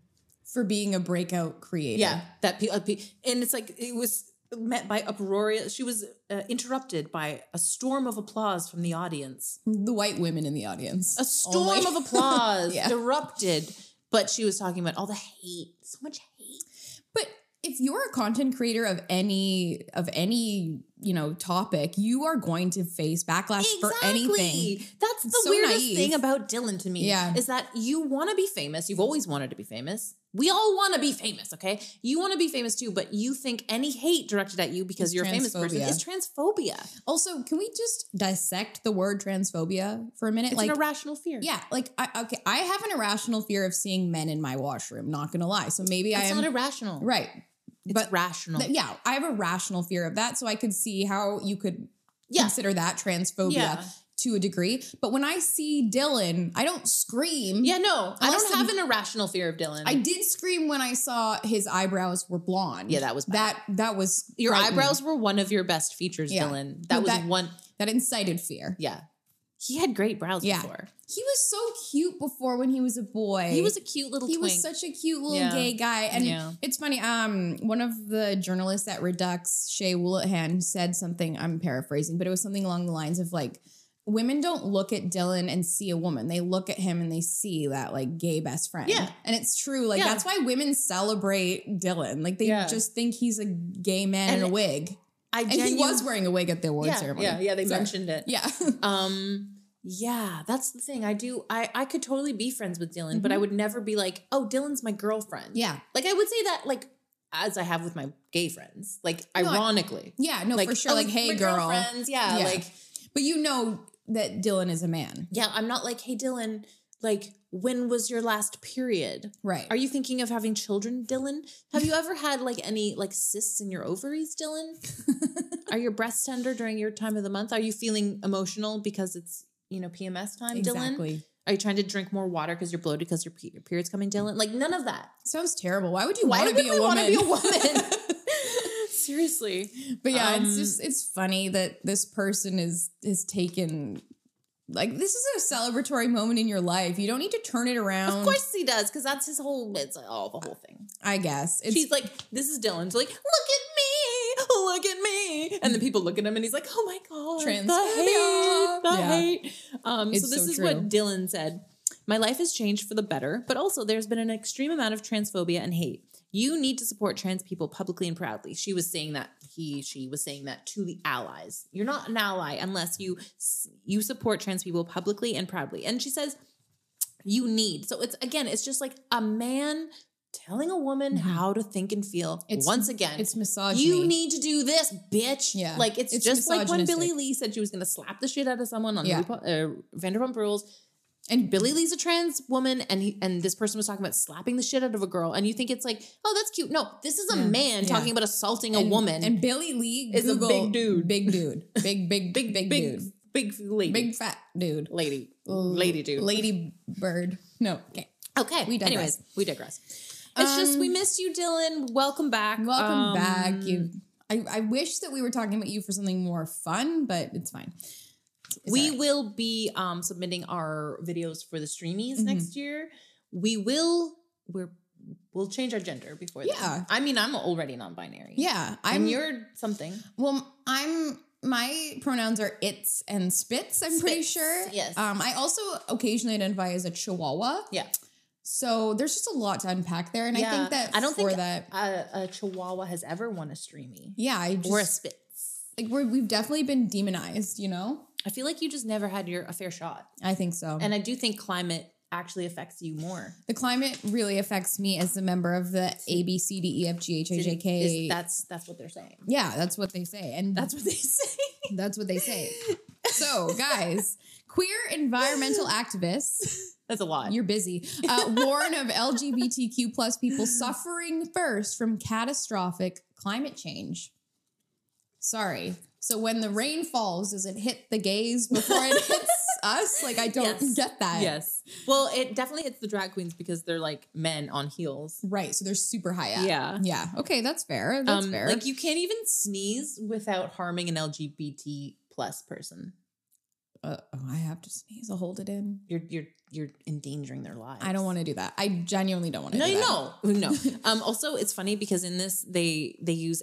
[SPEAKER 2] For being a breakout creator.
[SPEAKER 1] Yeah, that pe- uh, pe- and it's like it was met by uproarious. She was uh, interrupted by a storm of applause from the audience.
[SPEAKER 2] The white women in the audience.
[SPEAKER 1] A storm
[SPEAKER 2] Only. [laughs]
[SPEAKER 1] of applause
[SPEAKER 2] Yeah.
[SPEAKER 1] erupted, but she was talking about all the hate. So much hate.
[SPEAKER 2] But if you're a content creator of any of any, you know, topic, you are going to face backlash for anything.
[SPEAKER 1] That's the
[SPEAKER 2] So
[SPEAKER 1] weirdest
[SPEAKER 2] naive.
[SPEAKER 1] thing about Dylan to me.
[SPEAKER 2] Yeah.
[SPEAKER 1] Is that you want to be famous. You've always wanted to be famous. We all want to be famous, okay? You want to be famous too, but you think any hate directed at you because
[SPEAKER 2] It's
[SPEAKER 1] you're a famous person
[SPEAKER 2] transphobia.
[SPEAKER 1] is transphobia.
[SPEAKER 2] Also, can we just dissect the word transphobia for a minute?
[SPEAKER 1] It's
[SPEAKER 2] like
[SPEAKER 1] an irrational fear.
[SPEAKER 2] yeah, like I okay, I have an irrational fear of seeing men in my washroom, not gonna lie. So maybe I
[SPEAKER 1] It's
[SPEAKER 2] am
[SPEAKER 1] not irrational.
[SPEAKER 2] right.
[SPEAKER 1] It's
[SPEAKER 2] but
[SPEAKER 1] rational.
[SPEAKER 2] Th- yeah, I have a rational fear of that. So I could see how you could
[SPEAKER 1] yeah.
[SPEAKER 2] consider that transphobia
[SPEAKER 1] Yeah.
[SPEAKER 2] to a degree. But when I see Dylan, I don't scream.
[SPEAKER 1] Yeah, no. I
[SPEAKER 2] Unless
[SPEAKER 1] don't
[SPEAKER 2] the-
[SPEAKER 1] have an irrational fear of Dylan.
[SPEAKER 2] I did scream when I saw his eyebrows were blonde.
[SPEAKER 1] Yeah, that was bad.
[SPEAKER 2] that that was
[SPEAKER 1] your
[SPEAKER 2] frightening.
[SPEAKER 1] eyebrows were one of your best features,
[SPEAKER 2] Yeah.
[SPEAKER 1] Dylan. That
[SPEAKER 2] But
[SPEAKER 1] was
[SPEAKER 2] that-
[SPEAKER 1] one
[SPEAKER 2] that incited fear.
[SPEAKER 1] yeah. He had great brows
[SPEAKER 2] Yeah.
[SPEAKER 1] before.
[SPEAKER 2] He was so cute before when he was a boy.
[SPEAKER 1] He was a cute little
[SPEAKER 2] he
[SPEAKER 1] twink.
[SPEAKER 2] was such a cute little
[SPEAKER 1] Yeah.
[SPEAKER 2] gay guy, and
[SPEAKER 1] Yeah.
[SPEAKER 2] it's funny. Um, one of the journalists at Redux, Shay Woolahan, said something. I'm paraphrasing, but it was something along the lines of like. Women don't look at Dylan and see a woman. They look at him and they see that like gay best friend.
[SPEAKER 1] Yeah.
[SPEAKER 2] And it's true. Like
[SPEAKER 1] Yeah.
[SPEAKER 2] that's why women celebrate Dylan. Like they
[SPEAKER 1] Yeah.
[SPEAKER 2] just think he's a gay man in
[SPEAKER 1] And
[SPEAKER 2] a wig.
[SPEAKER 1] I
[SPEAKER 2] And he
[SPEAKER 1] genu-
[SPEAKER 2] was wearing a wig at the award
[SPEAKER 1] yeah,
[SPEAKER 2] ceremony.
[SPEAKER 1] yeah, yeah, they
[SPEAKER 2] Sorry.
[SPEAKER 1] mentioned it.
[SPEAKER 2] [laughs] Yeah.
[SPEAKER 1] Um yeah, that's the thing. I do I I could totally be friends with Dylan, but
[SPEAKER 2] Mhm.
[SPEAKER 1] I would never be like, "Oh, Dylan's my girlfriend."
[SPEAKER 2] yeah.
[SPEAKER 1] Like I would say that like as I have with my gay friends. Like
[SPEAKER 2] No, I-
[SPEAKER 1] ironically.
[SPEAKER 2] Yeah. No,
[SPEAKER 1] like
[SPEAKER 2] for sure.
[SPEAKER 1] "Oh,
[SPEAKER 2] Like,
[SPEAKER 1] my
[SPEAKER 2] hey, girl.
[SPEAKER 1] girlfriends. Yeah,
[SPEAKER 2] Yeah.
[SPEAKER 1] like
[SPEAKER 2] But you know that Dylan is a man.
[SPEAKER 1] Yeah, I'm not like, hey, Dylan, like, when was your last period?
[SPEAKER 2] Right.
[SPEAKER 1] Are you thinking of having children, Dylan? Have you ever had like any like cysts in your ovaries, Dylan?
[SPEAKER 2] [laughs]
[SPEAKER 1] Are your breasts tender during your time of the month? Are you feeling emotional because it's, you know, PMS time, Dylan?
[SPEAKER 2] exactly.
[SPEAKER 1] Are you trying to drink more water because you're bloated because your, pe- your period's coming, Dylan? Like, none of that.
[SPEAKER 2] Sounds terrible. Why would you
[SPEAKER 1] Why
[SPEAKER 2] want to
[SPEAKER 1] would
[SPEAKER 2] be
[SPEAKER 1] we
[SPEAKER 2] a
[SPEAKER 1] wanna
[SPEAKER 2] woman?
[SPEAKER 1] be a
[SPEAKER 2] [laughs]
[SPEAKER 1] woman? Seriously.
[SPEAKER 2] but yeah, it's
[SPEAKER 1] Um,
[SPEAKER 2] just it's funny that this person is is taken. Like this is a celebratory moment in your life. You don't need to turn it around.
[SPEAKER 1] Of course he does, because that's his whole, it's all the whole thing.
[SPEAKER 2] I guess it's
[SPEAKER 1] She's like, this is Dylan. She's like, look at me, look at me. And then people look at him and he's like, oh my God.
[SPEAKER 2] Transphobia.
[SPEAKER 1] The hate, the
[SPEAKER 2] Yeah.
[SPEAKER 1] hate. Um, so
[SPEAKER 2] It's
[SPEAKER 1] this
[SPEAKER 2] so
[SPEAKER 1] is what
[SPEAKER 2] true.
[SPEAKER 1] Dylan said. My life has changed for the better, but also there's been an extreme amount of transphobia and hate. You need to support trans people publicly and proudly. She was saying that he, she was saying that to the allies. You're not an ally unless you s- you support trans people publicly and proudly. And she says you need. So it's again, it's just like a man telling a woman
[SPEAKER 2] Mhm.
[SPEAKER 1] how to think and feel.
[SPEAKER 2] It's-
[SPEAKER 1] Once again,
[SPEAKER 2] it's misogyny.
[SPEAKER 1] you need to do this, bitch.
[SPEAKER 2] Yeah.
[SPEAKER 1] like it's,
[SPEAKER 2] It's
[SPEAKER 1] just like when
[SPEAKER 2] misogynistic.
[SPEAKER 1] Billy Lee said she was going to slap the shit out of someone on
[SPEAKER 2] Yeah.
[SPEAKER 1] RuPaul, uh, Vanderpump Rules.
[SPEAKER 2] and
[SPEAKER 1] Billy Lee's a trans woman, and he, and this person was talking about slapping the shit out of a girl, and you think it's like, oh, that's cute. No, this is a
[SPEAKER 2] Yeah.
[SPEAKER 1] man
[SPEAKER 2] Yeah.
[SPEAKER 1] talking about assaulting a
[SPEAKER 2] and-
[SPEAKER 1] woman.
[SPEAKER 2] and Billy Lee
[SPEAKER 1] is a big
[SPEAKER 2] Googled
[SPEAKER 1] dude.
[SPEAKER 2] big dude, big big
[SPEAKER 1] [laughs] big, big,
[SPEAKER 2] big dude,
[SPEAKER 1] big, big lady,
[SPEAKER 2] big fat dude,
[SPEAKER 1] lady, lady dude.
[SPEAKER 2] lady bird. No, okay.
[SPEAKER 1] Okay.
[SPEAKER 2] We digress.
[SPEAKER 1] Anyways, we digress. It's just
[SPEAKER 2] Um,
[SPEAKER 1] we missed you, Dylan. Welcome back.
[SPEAKER 2] Welcome
[SPEAKER 1] Um,
[SPEAKER 2] back. You, I, I wish that we were talking about you for something more fun, but it's fine. It's
[SPEAKER 1] we
[SPEAKER 2] all right.
[SPEAKER 1] will be um, submitting our videos for the streamies next year. We will. We're we'll change our gender before. then.
[SPEAKER 2] Yeah.
[SPEAKER 1] I mean, I'm already non-binary.
[SPEAKER 2] yeah,
[SPEAKER 1] I'm
[SPEAKER 2] I'm.
[SPEAKER 1] you're something.
[SPEAKER 2] well, I'm. My pronouns are it's and spits. I'm pretty
[SPEAKER 1] Spits,
[SPEAKER 2] sure.
[SPEAKER 1] yes.
[SPEAKER 2] Um, I also occasionally identify as a Chihuahua.
[SPEAKER 1] Yeah.
[SPEAKER 2] So there's just a lot to unpack there, and I
[SPEAKER 1] Yeah.
[SPEAKER 2] think that
[SPEAKER 1] I don't
[SPEAKER 2] for
[SPEAKER 1] think-
[SPEAKER 2] that.
[SPEAKER 1] A, Uh, a Chihuahua has ever won a streamy
[SPEAKER 2] Yeah, I just
[SPEAKER 1] or a Spitz.
[SPEAKER 2] like we're, we've definitely been demonized. You know,
[SPEAKER 1] I feel like you just never had your a fair shot,
[SPEAKER 2] I think so.
[SPEAKER 1] and I do think climate actually affects you more.
[SPEAKER 2] the climate really affects me as a member of the A B C D E F G H I J K.
[SPEAKER 1] Is- That's that's what they're saying.
[SPEAKER 2] Yeah, that's what they say, and
[SPEAKER 1] That's what they [laughs] say.
[SPEAKER 2] That's what
[SPEAKER 1] [laughs]
[SPEAKER 2] they say. So, guys, queer environmental activists,
[SPEAKER 1] That's a lot.
[SPEAKER 2] you're busy, uh, warn of LGBTQ plus people suffering first from catastrophic climate change. Sorry. So when the rain falls, does it hit the gays before
[SPEAKER 1] [laughs]
[SPEAKER 2] it hits us? Like I don't
[SPEAKER 1] Yes.
[SPEAKER 2] get that.
[SPEAKER 1] Yes. Well, it definitely hits the drag queens because they're like men on heels.
[SPEAKER 2] Right. So they're super high up.
[SPEAKER 1] Yeah.
[SPEAKER 2] Yeah. Okay, that's fair. That's
[SPEAKER 1] um,
[SPEAKER 2] fair.
[SPEAKER 1] Like you can't even sneeze without harming an LGBT plus person.
[SPEAKER 2] uh, oh, I have to sneeze. I'll hold it in.
[SPEAKER 1] You're you're you're endangering their lives.
[SPEAKER 2] I don't want to do that. I genuinely don't want to.
[SPEAKER 1] No,
[SPEAKER 2] do that.
[SPEAKER 1] no, no.
[SPEAKER 2] [laughs]
[SPEAKER 1] um, also, it's funny because in this they they use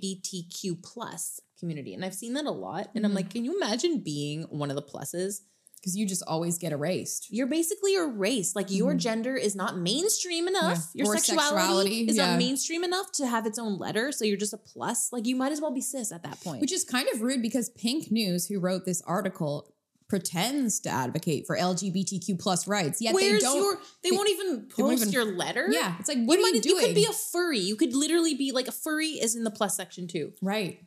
[SPEAKER 1] LGBTQ plus community, and I've seen that a lot. And I'm
[SPEAKER 2] Mhm.
[SPEAKER 1] like, can you imagine being one of the pluses?
[SPEAKER 2] because you just always get erased.
[SPEAKER 1] You're basically erased. Like your
[SPEAKER 2] Mhm.
[SPEAKER 1] gender is not mainstream enough.
[SPEAKER 2] Yeah.
[SPEAKER 1] Your
[SPEAKER 2] Or
[SPEAKER 1] sexuality,
[SPEAKER 2] sexuality,
[SPEAKER 1] is
[SPEAKER 2] yeah.
[SPEAKER 1] not mainstream enough to have its own letter. So you're just a plus. Like you might as well be cis at that point.
[SPEAKER 2] Which is kind of rude because Pink News, who wrote this article, pretends to advocate for LGBTQ plus rights. Yet
[SPEAKER 1] Where's
[SPEAKER 2] they don't.
[SPEAKER 1] your? They,
[SPEAKER 2] they-
[SPEAKER 1] won't even post
[SPEAKER 2] they won't even-
[SPEAKER 1] your letter.
[SPEAKER 2] yeah, it's like what
[SPEAKER 1] you
[SPEAKER 2] are you
[SPEAKER 1] might,
[SPEAKER 2] doing?
[SPEAKER 1] could be a furry. You could literally be like a furry is in the plus section too.
[SPEAKER 2] right.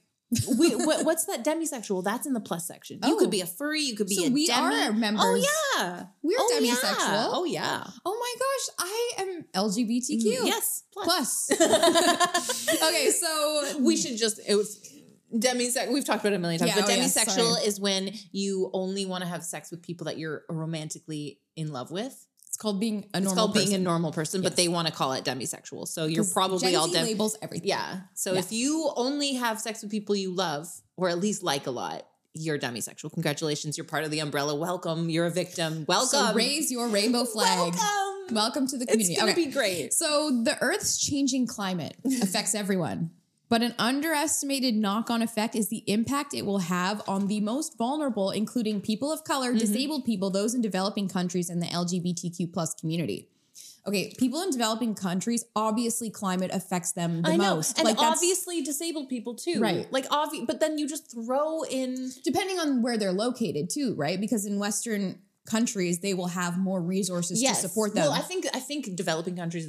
[SPEAKER 1] Wait, what, what's that demisexual? That's in the plus section. You
[SPEAKER 2] Oh.
[SPEAKER 1] could be a furry. You could be
[SPEAKER 2] So
[SPEAKER 1] a
[SPEAKER 2] we
[SPEAKER 1] demi.
[SPEAKER 2] are members.
[SPEAKER 1] Oh yeah,
[SPEAKER 2] We're
[SPEAKER 1] oh,
[SPEAKER 2] demisexual.
[SPEAKER 1] Yeah.
[SPEAKER 2] Oh.
[SPEAKER 1] Oh yeah. Mm,
[SPEAKER 2] my gosh, I am LGBTQ
[SPEAKER 1] Yes. [laughs]
[SPEAKER 2] plus. [laughs] okay, so
[SPEAKER 1] we should just it was demisex. We've talked about it a million times,
[SPEAKER 2] Yeah,
[SPEAKER 1] but
[SPEAKER 2] oh, yeah,
[SPEAKER 1] demisexual is when you only want to have sex with people that you're romantically in love with.
[SPEAKER 2] it's called being a normal.
[SPEAKER 1] It's called being
[SPEAKER 2] person.
[SPEAKER 1] a normal person,
[SPEAKER 2] Yes.
[SPEAKER 1] but they want to call it demisexual. So you're
[SPEAKER 2] 'Cause
[SPEAKER 1] probably
[SPEAKER 2] Gen
[SPEAKER 1] all
[SPEAKER 2] Z
[SPEAKER 1] dem.
[SPEAKER 2] labels everything.
[SPEAKER 1] Yeah. So
[SPEAKER 2] Yeah.
[SPEAKER 1] if you only have sex with people you love or at least like a lot, you're demisexual. Congratulations, you're part of the umbrella. Welcome. You're a victim. Welcome.
[SPEAKER 2] So raise your rainbow flag.
[SPEAKER 1] Welcome.
[SPEAKER 2] Welcome to the community.
[SPEAKER 1] It's gonna
[SPEAKER 2] okay.
[SPEAKER 1] be great.
[SPEAKER 2] So the Earth's changing climate
[SPEAKER 1] [laughs]
[SPEAKER 2] affects everyone. But an underestimated knock on effect is the impact it will have on the most vulnerable, including people of color,
[SPEAKER 1] Mm-hmm.
[SPEAKER 2] disabled people, those in developing countries, and the LGBTQ plus community. Okay, people in developing countries, obviously, climate affects them the
[SPEAKER 1] I know.
[SPEAKER 2] most.
[SPEAKER 1] and
[SPEAKER 2] that's-
[SPEAKER 1] obviously disabled people too.
[SPEAKER 2] Right.
[SPEAKER 1] Like obvi- but then you just throw in
[SPEAKER 2] depending on where they're located, too, right? Because in Western countries, they will have more resources
[SPEAKER 1] yes.
[SPEAKER 2] to support them.
[SPEAKER 1] Well, I think I think developing countries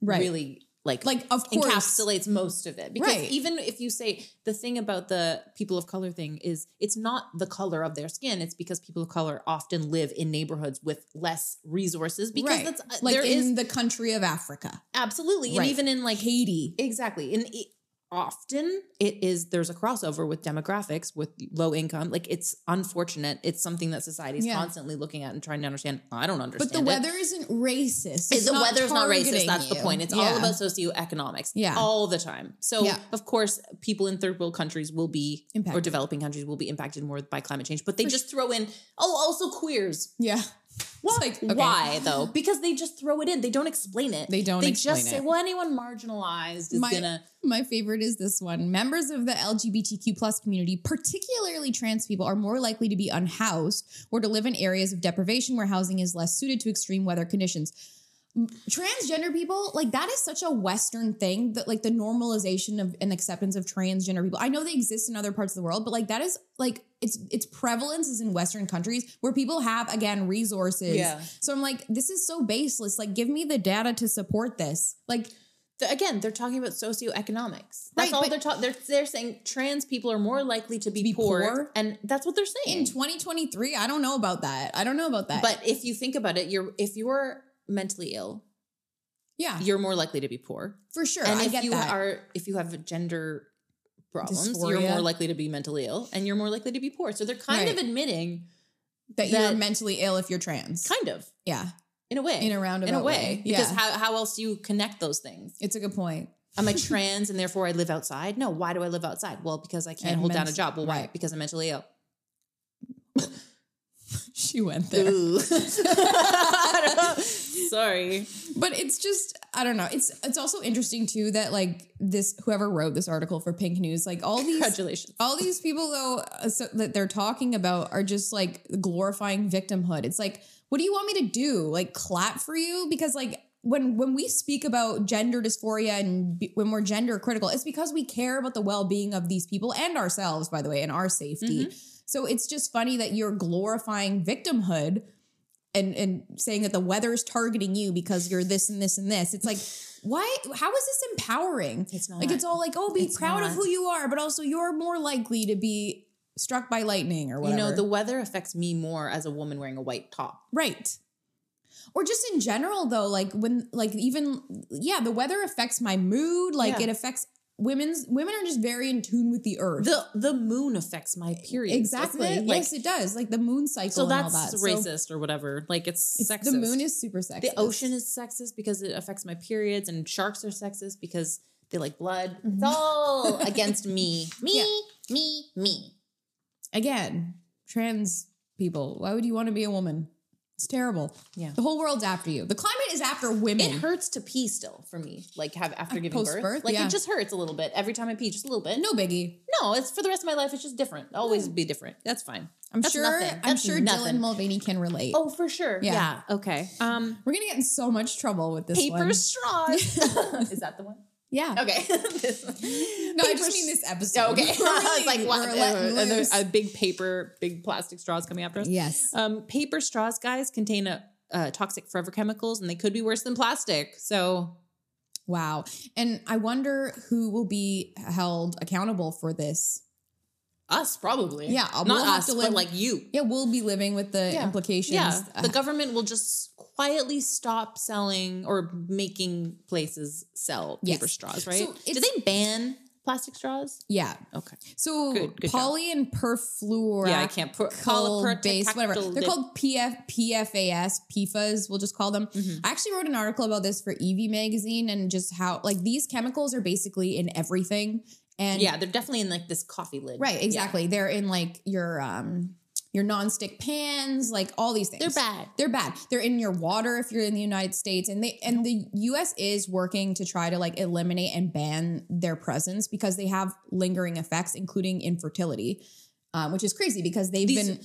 [SPEAKER 2] right.
[SPEAKER 1] really like
[SPEAKER 2] like, of course. Mm-hmm.
[SPEAKER 1] encapsulates most of it because
[SPEAKER 2] Right.
[SPEAKER 1] even if you say the thing about the people of color thing is it's not the color of their skin it's because people of color often live in neighborhoods with less resources because
[SPEAKER 2] right.
[SPEAKER 1] that's uh,
[SPEAKER 2] like
[SPEAKER 1] there
[SPEAKER 2] in
[SPEAKER 1] is
[SPEAKER 2] the country of Africa.
[SPEAKER 1] absolutely
[SPEAKER 2] Right.
[SPEAKER 1] and even in like
[SPEAKER 2] Haiti.
[SPEAKER 1] exactly and it, often it is there's a crossover with demographics with low income like it's unfortunate it's something that society is
[SPEAKER 2] Yeah.
[SPEAKER 1] constantly looking at and trying to understand i don't understand
[SPEAKER 2] But the
[SPEAKER 1] it.
[SPEAKER 2] weather isn't racist.
[SPEAKER 1] Is the weather is not racist.
[SPEAKER 2] targeting
[SPEAKER 1] That's the
[SPEAKER 2] you.
[SPEAKER 1] point. It's all
[SPEAKER 2] Yeah.
[SPEAKER 1] about socioeconomics.
[SPEAKER 2] Yeah.
[SPEAKER 1] All the time. So
[SPEAKER 2] Yeah.
[SPEAKER 1] of course, people in third world countries will be or
[SPEAKER 2] Impacted.
[SPEAKER 1] developing countries will be impacted more by climate change. But they
[SPEAKER 2] For
[SPEAKER 1] just throw in, oh, also queers.
[SPEAKER 2] Yeah. [laughs] Why? okay. [gasps]
[SPEAKER 1] Why though? Because they just throw it in. They don't explain it.
[SPEAKER 2] They don't
[SPEAKER 1] They
[SPEAKER 2] explain
[SPEAKER 1] just say,
[SPEAKER 2] it.
[SPEAKER 1] well, anyone marginalized is
[SPEAKER 2] My-
[SPEAKER 1] gonna
[SPEAKER 2] My favorite is this one. Members of the LGBTQ plus community, particularly trans people, are more likely to be unhoused or to live in areas of deprivation where housing is less suited to extreme weather conditions. M- Transgender people, like that is such a Western thing that like the normalization of and acceptance of transgender people. I know they exist in other parts of the world, but like that is like it's its prevalence is in Western countries where people have again resources.
[SPEAKER 1] Yeah.
[SPEAKER 2] So I'm like, this is so baseless. Like, give me the data to support this. Like,
[SPEAKER 1] Th- again, they're talking about socioeconomics. That's
[SPEAKER 2] Right,
[SPEAKER 1] all
[SPEAKER 2] but-
[SPEAKER 1] they're talking. They're, they're saying trans people are more likely to be,
[SPEAKER 2] be
[SPEAKER 1] poor,
[SPEAKER 2] poor?
[SPEAKER 1] and that's what they're saying.
[SPEAKER 2] in 2023 i don't know about that i don't know about that
[SPEAKER 1] but if you think about it, you're if you're mentally ill,
[SPEAKER 2] yeah
[SPEAKER 1] you're more likely to be poor.
[SPEAKER 2] for Ah. sure
[SPEAKER 1] and
[SPEAKER 2] i
[SPEAKER 1] if
[SPEAKER 2] get
[SPEAKER 1] you
[SPEAKER 2] that
[SPEAKER 1] are if you have gender problems, you're
[SPEAKER 2] Dysphoria.
[SPEAKER 1] more likely to be mentally ill and you're more likely to be poor. So they're kind of
[SPEAKER 2] Right.
[SPEAKER 1] admitting,
[SPEAKER 2] that, you're
[SPEAKER 1] that-
[SPEAKER 2] mentally ill if you're trans
[SPEAKER 1] kind of
[SPEAKER 2] yeah
[SPEAKER 1] in a way,
[SPEAKER 2] in a roundabout
[SPEAKER 1] in a way, because
[SPEAKER 2] yeah
[SPEAKER 1] how how else do you connect those things?
[SPEAKER 2] it's a good point [laughs]
[SPEAKER 1] Am I trans and therefore I live outside? No, why do I live outside? Well, because I can't
[SPEAKER 2] And
[SPEAKER 1] hold down a
[SPEAKER 2] ment-
[SPEAKER 1] job. Well, why?
[SPEAKER 2] right.
[SPEAKER 1] Because I'm mentally
[SPEAKER 2] [laughs]
[SPEAKER 1] ill.
[SPEAKER 2] she went there
[SPEAKER 1] Ooh. [laughs] I don't know. Sorry.
[SPEAKER 2] but it's just i don't know it's it's also interesting too that like this whoever wrote this article for pink news like all these
[SPEAKER 1] Congratulations.
[SPEAKER 2] all these people though uh, so, that they're talking about are just like glorifying victimhood it's like what do you want me to do like clap for you because like when when we speak about gender dysphoria and b- when we're gender critical it's because we care about the well-being of these people and ourselves by the way and our safety so it's just funny that you're glorifying victimhood and and saying that the weather is targeting you because you're this and this and this
[SPEAKER 1] [sighs]
[SPEAKER 2] it's like why how is this empowering
[SPEAKER 1] It's not
[SPEAKER 2] like it's all like, oh, be
[SPEAKER 1] It's
[SPEAKER 2] proud of
[SPEAKER 1] not.
[SPEAKER 2] who you are, but also you're more likely to be struck by lightning or whatever.
[SPEAKER 1] You know, the weather affects me more as a woman wearing a white top.
[SPEAKER 2] right. Or just in general, though, like when, like even, yeah, the weather affects my mood. Like
[SPEAKER 1] Yeah.
[SPEAKER 2] it affects women's women are just very in tune with the earth.
[SPEAKER 1] The the moon affects my period.
[SPEAKER 2] exactly. yes, it does. Like the moon cycle.
[SPEAKER 1] so
[SPEAKER 2] and all
[SPEAKER 1] that's
[SPEAKER 2] that. So
[SPEAKER 1] racist or whatever. Like it's,
[SPEAKER 2] it's-
[SPEAKER 1] sexist.
[SPEAKER 2] The moon is super sexist.
[SPEAKER 1] the ocean is sexist because it affects my periods, and sharks are sexist because they like blood. It's [laughs] all against me, me, me, me.
[SPEAKER 2] again trans people. Why would you want to be a woman? It's terrible.
[SPEAKER 1] Yeah.
[SPEAKER 2] The whole world's after you. The climate is after women.
[SPEAKER 1] It hurts to pee still for me, like have after giving
[SPEAKER 2] post
[SPEAKER 1] birth.
[SPEAKER 2] birth,
[SPEAKER 1] Like
[SPEAKER 2] yeah.
[SPEAKER 1] it just hurts a little bit every time I pee, just a little bit.
[SPEAKER 2] no biggie.
[SPEAKER 1] no, it's for the rest of my life. It's just different. It'll always be different. That's fine.
[SPEAKER 2] I'm
[SPEAKER 1] That's
[SPEAKER 2] sure.
[SPEAKER 1] nothing.
[SPEAKER 2] I'm
[SPEAKER 1] That's
[SPEAKER 2] sure
[SPEAKER 1] nothing.
[SPEAKER 2] Dylan Mulvaney can relate.
[SPEAKER 1] Oh, for sure.
[SPEAKER 2] Yeah.
[SPEAKER 1] yeah. Okay. Um,
[SPEAKER 2] We're gonna get in so much trouble with this
[SPEAKER 1] paper [laughs]
[SPEAKER 2] one.
[SPEAKER 1] straws. Is that the one?
[SPEAKER 2] Yeah.
[SPEAKER 1] Okay. [laughs]
[SPEAKER 2] No, I just
[SPEAKER 1] Paper
[SPEAKER 2] mean this episode.
[SPEAKER 1] Yeah, Oh, [laughs] okay.
[SPEAKER 2] [laughs] We're
[SPEAKER 1] I was
[SPEAKER 2] really-
[SPEAKER 1] like, what?
[SPEAKER 2] we're letting
[SPEAKER 1] Uh, and there's
[SPEAKER 2] loose.
[SPEAKER 1] a big paper, big plastic straws coming after us.
[SPEAKER 2] Yes.
[SPEAKER 1] Um, paper straws, guys, contain a, uh, toxic forever chemicals, and they could be worse than plastic. So
[SPEAKER 2] Wow. And I wonder who will be held accountable for this.
[SPEAKER 1] us probably.
[SPEAKER 2] Yeah,
[SPEAKER 1] not
[SPEAKER 2] we'll have
[SPEAKER 1] us,
[SPEAKER 2] to
[SPEAKER 1] but
[SPEAKER 2] live-
[SPEAKER 1] like you.
[SPEAKER 2] Yeah, we'll be living with the
[SPEAKER 1] Yeah.
[SPEAKER 2] implications.
[SPEAKER 1] Yeah,
[SPEAKER 2] Uh,
[SPEAKER 1] the government will just quietly stop selling or making places sell
[SPEAKER 2] Yes.
[SPEAKER 1] paper straws, right?
[SPEAKER 2] So
[SPEAKER 1] Do
[SPEAKER 2] it's-
[SPEAKER 1] they ban plastic straws?
[SPEAKER 2] yeah.
[SPEAKER 1] Okay.
[SPEAKER 2] So
[SPEAKER 1] Good- good job.
[SPEAKER 2] poly and perfluor.
[SPEAKER 1] Yeah, I can't pro-
[SPEAKER 2] base, whatever. They're called PF, PFAS, PFAS, we'll just call them.
[SPEAKER 1] Mm-hmm.
[SPEAKER 2] I actually wrote an article about this for EV Magazine and just how, like, these chemicals are basically in everything. And
[SPEAKER 1] Yeah, they're definitely in like this coffee lid.
[SPEAKER 2] Right,
[SPEAKER 1] Yeah.
[SPEAKER 2] exactly. They're in like your um your nonstick pans, like all these things.
[SPEAKER 1] They're bad.
[SPEAKER 2] They're bad. They're in your water if you're in the United States and they and the US is working to try to like eliminate and ban their presence because they have lingering effects including infertility. Um, which is crazy because they've
[SPEAKER 1] These-
[SPEAKER 2] been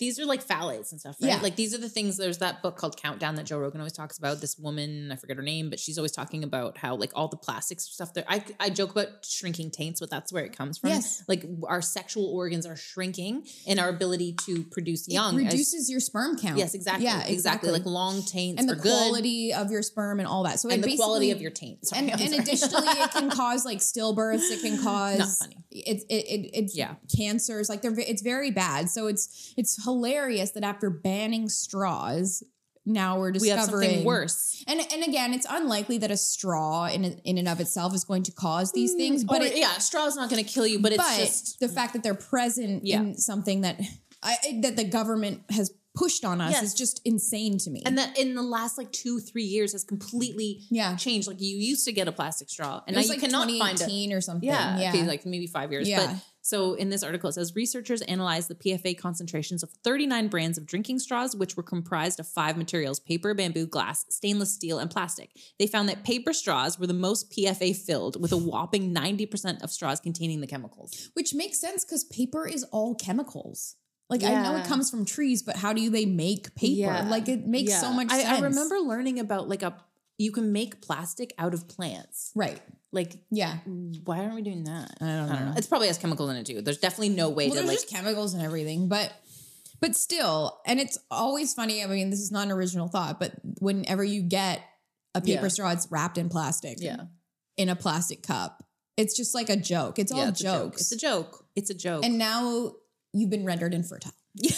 [SPEAKER 1] these are like phthalates and stuff, right?
[SPEAKER 2] Yeah.
[SPEAKER 1] Like these are the things. There's that book called Countdown that Joe Rogan always talks about. This woman, I forget her name, but she's always talking about how like all the plastics stuff. There, I I joke about shrinking taints, but that's where it comes from.
[SPEAKER 2] Yes.
[SPEAKER 1] like our sexual organs are shrinking, and our ability to produce
[SPEAKER 2] it
[SPEAKER 1] young. as-
[SPEAKER 2] reduces your sperm count.
[SPEAKER 1] yes, exactly.
[SPEAKER 2] Yeah, exactly.
[SPEAKER 1] Like long taints
[SPEAKER 2] and
[SPEAKER 1] are
[SPEAKER 2] the
[SPEAKER 1] good,
[SPEAKER 2] quality of your sperm and all that. So it
[SPEAKER 1] and the quality
[SPEAKER 2] basically-
[SPEAKER 1] of your taint. Sorry,
[SPEAKER 2] [laughs]
[SPEAKER 1] [laughs]
[SPEAKER 2] and,
[SPEAKER 1] I'm
[SPEAKER 2] and
[SPEAKER 1] sorry.
[SPEAKER 2] additionally, it can cause like stillbirths.
[SPEAKER 1] [laughs]
[SPEAKER 2] It can cause
[SPEAKER 1] funny.
[SPEAKER 2] It's it, it it's
[SPEAKER 1] Yeah.
[SPEAKER 2] cancers. Like they're ve- it's very bad. So it's it's hilarious that after banning straws, now we're
[SPEAKER 1] we
[SPEAKER 2] discovering
[SPEAKER 1] have something worse.
[SPEAKER 2] And and again, it's unlikely that a straw in in and of itself is going to cause these things.
[SPEAKER 1] Mm,
[SPEAKER 2] But
[SPEAKER 1] or,
[SPEAKER 2] it,
[SPEAKER 1] yeah, straw's not going to kill you, but it's
[SPEAKER 2] but
[SPEAKER 1] just
[SPEAKER 2] the fact that they're present
[SPEAKER 1] Yeah.
[SPEAKER 2] in something that I, I- that the government has pushed on us
[SPEAKER 1] Yes.
[SPEAKER 2] is just insane to me.
[SPEAKER 1] and that in the last like two three years has completely
[SPEAKER 2] Yeah.
[SPEAKER 1] changed like you used to get a plastic straw and
[SPEAKER 2] it
[SPEAKER 1] now
[SPEAKER 2] was
[SPEAKER 1] you
[SPEAKER 2] like
[SPEAKER 1] cannot find it
[SPEAKER 2] 2018 or something.
[SPEAKER 1] yeah,
[SPEAKER 2] yeah.
[SPEAKER 1] Okay, like maybe five years
[SPEAKER 2] Yeah.
[SPEAKER 1] but so in this article it says researchers analyzed the pfa concentrations of 39 brands of drinking straws which were comprised of five materials paper bamboo glass stainless steel and plastic they found that paper straws were the most pfa filled with a whopping 90% of straws containing the chemicals
[SPEAKER 2] Which makes sense because paper is all chemicals. Like I know it
[SPEAKER 1] Yeah.
[SPEAKER 2] comes from trees, but how do you- they make paper?
[SPEAKER 1] Yeah.
[SPEAKER 2] Like it makes so much
[SPEAKER 1] I, I
[SPEAKER 2] sense.
[SPEAKER 1] remember learning about like a you can make plastic out of plants
[SPEAKER 2] Right.
[SPEAKER 1] like
[SPEAKER 2] Yeah.
[SPEAKER 1] Why aren't we doing that?
[SPEAKER 2] I don't know.
[SPEAKER 1] It's probably has chemicals in it too. There's definitely no way
[SPEAKER 2] Well,
[SPEAKER 1] to
[SPEAKER 2] there's
[SPEAKER 1] like.
[SPEAKER 2] just chemicals and everything, but but still, and it's always funny. I mean, this is not an original thought, but whenever you get a paper
[SPEAKER 1] Yeah.
[SPEAKER 2] straw, it's wrapped in plastic.
[SPEAKER 1] Yeah.
[SPEAKER 2] In a plastic cup. It's just like a joke. It's all
[SPEAKER 1] it's a joke.
[SPEAKER 2] jokes.
[SPEAKER 1] It's a joke. It's a joke.
[SPEAKER 2] and now you've been rendered infertile.
[SPEAKER 1] [laughs]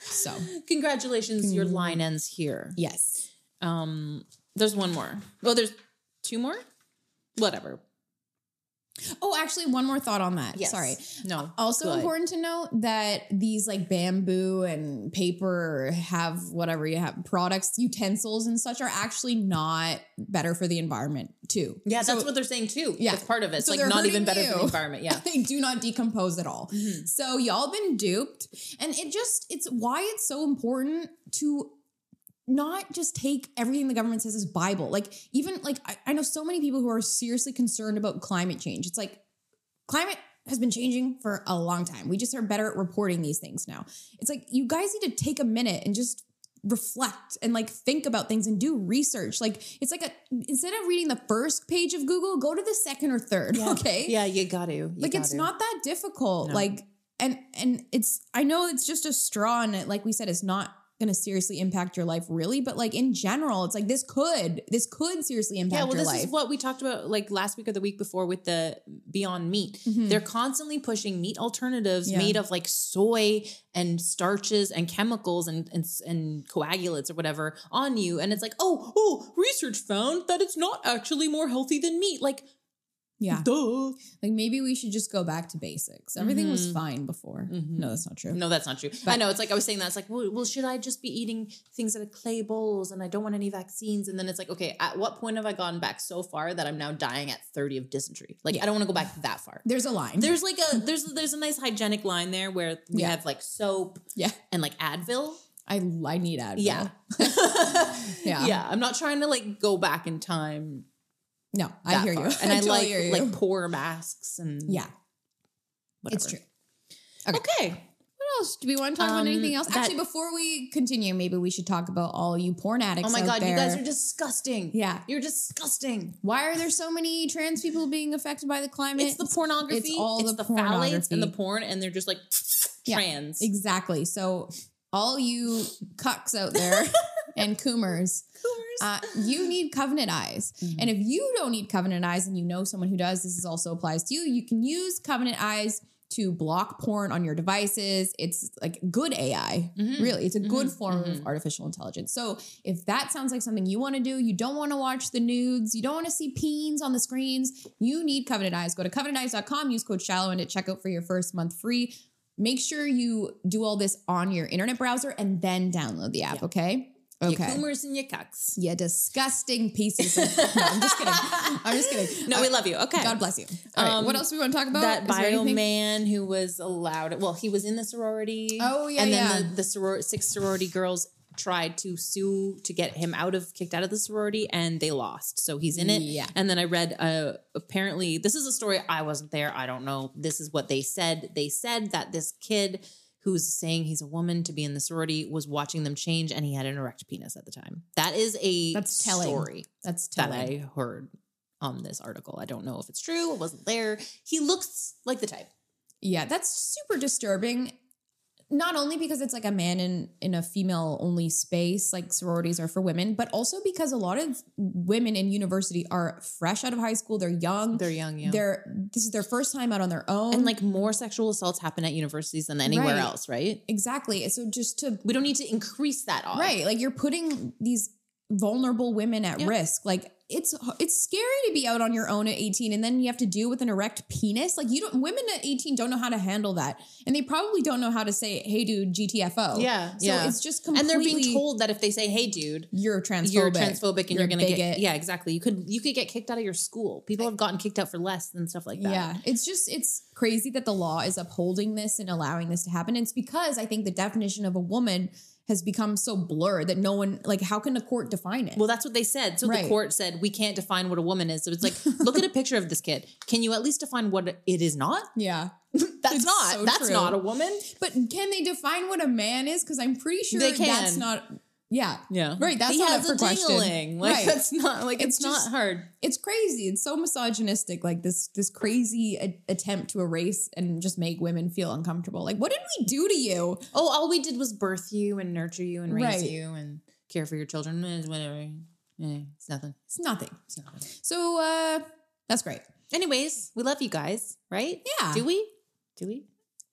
[SPEAKER 2] so
[SPEAKER 1] congratulations, your line ends here.
[SPEAKER 2] yes.
[SPEAKER 1] Um, there's one more. Well, there's two more. Whatever.
[SPEAKER 2] Oh, actually, one more thought on that.
[SPEAKER 1] Yes.
[SPEAKER 2] Sorry.
[SPEAKER 1] No.
[SPEAKER 2] Also
[SPEAKER 1] Good.
[SPEAKER 2] important to note that these like bamboo and paper have whatever you have products, utensils and such are actually not better for the environment too.
[SPEAKER 1] Yeah,
[SPEAKER 2] So
[SPEAKER 1] that's what they're saying too.
[SPEAKER 2] Yeah.
[SPEAKER 1] It's part of it. It's
[SPEAKER 2] So
[SPEAKER 1] like
[SPEAKER 2] they're
[SPEAKER 1] not even
[SPEAKER 2] hurting
[SPEAKER 1] better for the
[SPEAKER 2] you.
[SPEAKER 1] environment. [laughs] Yeah. Mm-hmm.
[SPEAKER 2] they [laughs] do not decompose at all. So y'all been duped. And it just it's why it's so important to not just take everything the government says as Bible. Like even like I, I know so many people who are seriously concerned about climate change. It's like climate has been changing for a long time. We just are better at reporting these things now. It's like you guys need to take a minute and just reflect and like think about things and do research. Like it's like a instead of reading the first page of Google, go to the second or third. [laughs] Okay.
[SPEAKER 1] Yeah, you got to. You
[SPEAKER 2] Like
[SPEAKER 1] got
[SPEAKER 2] it's
[SPEAKER 1] to.
[SPEAKER 2] not that difficult. Like and and it's I know it's just a straw and it, like we said, it's not gonna seriously impact your life really, but like in general, it's like this could this could seriously impact
[SPEAKER 1] Yeah, well,
[SPEAKER 2] your
[SPEAKER 1] this
[SPEAKER 2] life.
[SPEAKER 1] is what we talked about like last week or the week before with the Beyond Meat.
[SPEAKER 2] Mm-hmm.
[SPEAKER 1] They're constantly pushing meat alternatives
[SPEAKER 2] Hmm. Yeah.
[SPEAKER 1] made of like soy and starches and chemicals and, and and coagulates or whatever on you, and it's like, oh, oh, research found that it's not actually more healthy than meat. Like,
[SPEAKER 2] Yeah.
[SPEAKER 1] Duh.
[SPEAKER 2] Like maybe we should just go back to basics. Everything was
[SPEAKER 1] Mhm.
[SPEAKER 2] fine before.
[SPEAKER 1] Mhm.
[SPEAKER 2] No, that's not true.
[SPEAKER 1] No, that's not true. I know. It's like I was saying that. It's like, well, well, should I just be eating things out of clay bowls and I don't want any vaccines? And then it's like, okay, at what point have I gone back so far that I'm now dying at 30 of dysentery? Like, I don't want to go back that far.
[SPEAKER 2] There's a line.
[SPEAKER 1] There's like a there's there's a nice hygienic line there where we
[SPEAKER 2] Yeah.
[SPEAKER 1] have like soap
[SPEAKER 2] yeah.
[SPEAKER 1] and like Advil.
[SPEAKER 2] I I need Advil.
[SPEAKER 1] Yeah.
[SPEAKER 2] [laughs] Yeah.
[SPEAKER 1] Yeah. I'm not trying to like go back in time.
[SPEAKER 2] No, I
[SPEAKER 1] that
[SPEAKER 2] hear you.
[SPEAKER 1] far.
[SPEAKER 2] [laughs]
[SPEAKER 1] And I,
[SPEAKER 2] totally
[SPEAKER 1] like
[SPEAKER 2] hear you.
[SPEAKER 1] like poor masks and
[SPEAKER 2] yeah, it's
[SPEAKER 1] whatever.
[SPEAKER 2] true.
[SPEAKER 1] Okay.
[SPEAKER 2] What else? Do we want to talk about
[SPEAKER 1] Um,
[SPEAKER 2] anything else?
[SPEAKER 1] that-
[SPEAKER 2] Actually, before we continue, maybe we should talk about all you porn addicts.
[SPEAKER 1] Oh my
[SPEAKER 2] out
[SPEAKER 1] god, you
[SPEAKER 2] there.
[SPEAKER 1] guys are disgusting.
[SPEAKER 2] Yeah.
[SPEAKER 1] You're disgusting.
[SPEAKER 2] Why are there so many trans people being affected by the climate?
[SPEAKER 1] It's the pornography.
[SPEAKER 2] It's all the
[SPEAKER 1] phthalates and the
[SPEAKER 2] pornography.
[SPEAKER 1] porn, and they're just like [sniffs]
[SPEAKER 2] Yeah.
[SPEAKER 1] trans.
[SPEAKER 2] exactly. So, all you
[SPEAKER 1] [laughs]
[SPEAKER 2] cucks out there and coomers, uh, you need covenant eyes.
[SPEAKER 1] Mm-hmm.
[SPEAKER 2] And if you don't need covenant eyes and you know someone who does, this is also applies to you. You can use covenant eyes to block porn on your devices. It's like good AI.
[SPEAKER 1] Mhm.
[SPEAKER 2] Really, it's a good
[SPEAKER 1] Mhm.
[SPEAKER 2] form
[SPEAKER 1] Mhm.
[SPEAKER 2] of artificial intelligence. So, if that sounds like something you want to do, you don't want to watch the nudes, you don't want to see peens on the screens, you need Covenant Eyes. Go to covenanteyes.com, use code shallow and at checkout for your first month free. Make sure you do all this on your internet browser and then download the app,
[SPEAKER 1] Yeah.
[SPEAKER 2] okay?
[SPEAKER 1] Your
[SPEAKER 2] Okay.
[SPEAKER 1] coomers and your cucks.
[SPEAKER 2] Yeah, disgusting
[SPEAKER 1] [laughs]
[SPEAKER 2] pieces. Of, no, I'm just kidding. I'm just kidding.
[SPEAKER 1] No,
[SPEAKER 2] Uh,
[SPEAKER 1] we love you. Okay.
[SPEAKER 2] God bless you. All right,
[SPEAKER 1] Um,
[SPEAKER 2] what else do we want to talk about?
[SPEAKER 1] that
[SPEAKER 2] Is there
[SPEAKER 1] bio
[SPEAKER 2] anything-
[SPEAKER 1] man who was allowed. Well, he was in the sorority.
[SPEAKER 2] Oh, yeah,
[SPEAKER 1] And then
[SPEAKER 2] yeah.
[SPEAKER 1] the, the soror- six sorority girls tried to sue to get him out of kicked out of the sorority, and they lost. So he's in it.
[SPEAKER 2] Yeah.
[SPEAKER 1] And then I read. Uh, apparently, this is a story. I wasn't there. I don't know. This is what they said. They said that this kid. Who's saying he's a woman to be in the sorority was watching them change, and he had an erect penis at the time. That is a
[SPEAKER 2] That's telling.
[SPEAKER 1] story
[SPEAKER 2] That's
[SPEAKER 1] that
[SPEAKER 2] telling.
[SPEAKER 1] I heard on this article. I don't know if it's true. It wasn't there. He looks like the type.
[SPEAKER 2] Yeah, that's super disturbing. Not only because it's like a man in in a female only space, like sororities are for women, but also because a lot of women in university are fresh out of high school. They're young.
[SPEAKER 1] They're young, yeah.
[SPEAKER 2] They're this is their first time out on their own.
[SPEAKER 1] and like more sexual assaults happen at universities than anywhere
[SPEAKER 2] Right.
[SPEAKER 1] else, right?
[SPEAKER 2] exactly. So just to
[SPEAKER 1] We don't need to increase that odds.
[SPEAKER 2] right, like you're putting these vulnerable women at
[SPEAKER 1] Yeah.
[SPEAKER 2] risk. Like it's it's scary to be out on your own at 18 and then you have to deal with an erect penis. Like you don't women at 18 don't know how to handle that. And they probably don't know how to say, hey dude, GTFO.
[SPEAKER 1] Yeah.
[SPEAKER 2] So
[SPEAKER 1] yeah.
[SPEAKER 2] it's just
[SPEAKER 1] and
[SPEAKER 2] completely.
[SPEAKER 1] they're being told that if they say, "Hey, dude,"
[SPEAKER 2] you're transphobic.
[SPEAKER 1] you're transphobic and
[SPEAKER 2] You're
[SPEAKER 1] you're,
[SPEAKER 2] a
[SPEAKER 1] going to
[SPEAKER 2] bigot.
[SPEAKER 1] get yeah, exactly. You could you could get kicked out of your school. People have gotten kicked out for less than stuff like that.
[SPEAKER 2] Yeah, it's just it's crazy that the law is upholding this and allowing this to happen. It's because I think the definition of a woman has become so blurred that no one like how can a court define it?
[SPEAKER 1] Well, that's what they said. So
[SPEAKER 2] Right.
[SPEAKER 1] the court said we can't define what a woman is. So it's like,
[SPEAKER 2] [laughs]
[SPEAKER 1] look at a picture of this kid. Can you at least define what it is not?
[SPEAKER 2] yeah,
[SPEAKER 1] That's
[SPEAKER 2] It's
[SPEAKER 1] not.
[SPEAKER 2] so
[SPEAKER 1] that's
[SPEAKER 2] true.
[SPEAKER 1] not a woman.
[SPEAKER 2] but can they define what a man is? Because I'm pretty sure
[SPEAKER 1] They can.
[SPEAKER 2] that's not. Yeah,
[SPEAKER 1] Yeah.
[SPEAKER 2] Right, that's
[SPEAKER 1] he
[SPEAKER 2] not
[SPEAKER 1] has
[SPEAKER 2] up for
[SPEAKER 1] a
[SPEAKER 2] question.
[SPEAKER 1] dingling. Like
[SPEAKER 2] Right.
[SPEAKER 1] that's not like it's,
[SPEAKER 2] It's just-
[SPEAKER 1] not hard.
[SPEAKER 2] it's crazy. It's so misogynistic. Like this this crazy a- attempt to erase and just make women feel uncomfortable. Like what did we do to you?
[SPEAKER 1] Oh, all we did was birth you and nurture you and raise
[SPEAKER 2] Right.
[SPEAKER 1] you and care for your children. Eh, Whatever. Eh, It's nothing.
[SPEAKER 2] It's nothing.
[SPEAKER 1] It's nothing.
[SPEAKER 2] So uh that's great.
[SPEAKER 1] Anyways, we love you guys, right?
[SPEAKER 2] Yeah.
[SPEAKER 1] Do we? Do we?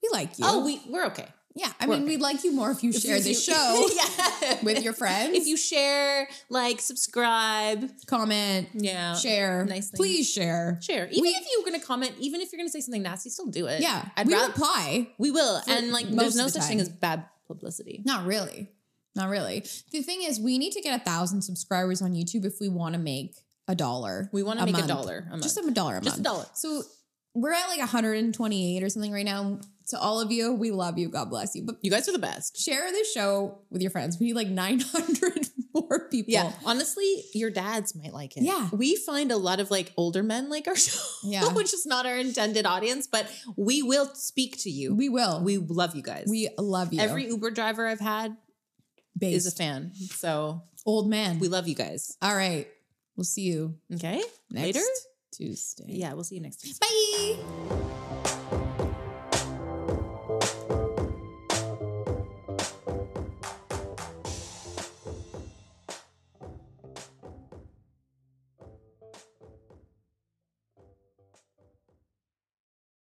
[SPEAKER 2] We like you.
[SPEAKER 1] Oh, we we're okay.
[SPEAKER 2] Yeah, I
[SPEAKER 1] We're
[SPEAKER 2] mean, we'd like you more if you
[SPEAKER 1] If
[SPEAKER 2] share
[SPEAKER 1] you-
[SPEAKER 2] this show
[SPEAKER 1] [laughs] yeah.
[SPEAKER 2] with your friends.
[SPEAKER 1] If you share, like, subscribe,
[SPEAKER 2] comment,
[SPEAKER 1] yeah,
[SPEAKER 2] share,
[SPEAKER 1] nice thing.
[SPEAKER 2] please share.
[SPEAKER 1] share. Even if you're gonna comment, even if you're gonna say something nasty, still do it.
[SPEAKER 2] Yeah,
[SPEAKER 1] I'd
[SPEAKER 2] we
[SPEAKER 1] rather
[SPEAKER 2] reply.
[SPEAKER 1] we will. And like,
[SPEAKER 2] most
[SPEAKER 1] there's no
[SPEAKER 2] of the
[SPEAKER 1] such thing
[SPEAKER 2] time.
[SPEAKER 1] as bad publicity.
[SPEAKER 2] Not really, not really. The thing is, we need to get a thousand subscribers on YouTube if we want to make a dollar.
[SPEAKER 1] We want to
[SPEAKER 2] a
[SPEAKER 1] make
[SPEAKER 2] month.
[SPEAKER 1] a dollar. A
[SPEAKER 2] just
[SPEAKER 1] month.
[SPEAKER 2] a dollar a
[SPEAKER 1] just a
[SPEAKER 2] month.
[SPEAKER 1] dollar.
[SPEAKER 2] So we're at like 128 or something right now. To all of you, we love you. God bless you. But
[SPEAKER 1] You guys are the best.
[SPEAKER 2] share this show with your friends. We need like [laughs] 900 more people.
[SPEAKER 1] Yeah. Honestly, your dads might like it.
[SPEAKER 2] Yeah.
[SPEAKER 1] We find a lot of like older men like our [laughs] show,
[SPEAKER 2] Yeah.
[SPEAKER 1] which is not our intended audience, but we will speak to you.
[SPEAKER 2] we will. We,
[SPEAKER 1] We love you guys.
[SPEAKER 2] love you.
[SPEAKER 1] Every Uber driver I've had is
[SPEAKER 2] Based.
[SPEAKER 1] a fan. So
[SPEAKER 2] old man.
[SPEAKER 1] we love you guys.
[SPEAKER 2] All right. We'll see you
[SPEAKER 1] Okay.
[SPEAKER 2] next
[SPEAKER 1] Later?
[SPEAKER 2] Tuesday.
[SPEAKER 1] Yeah. We'll see you next time.
[SPEAKER 2] Bye.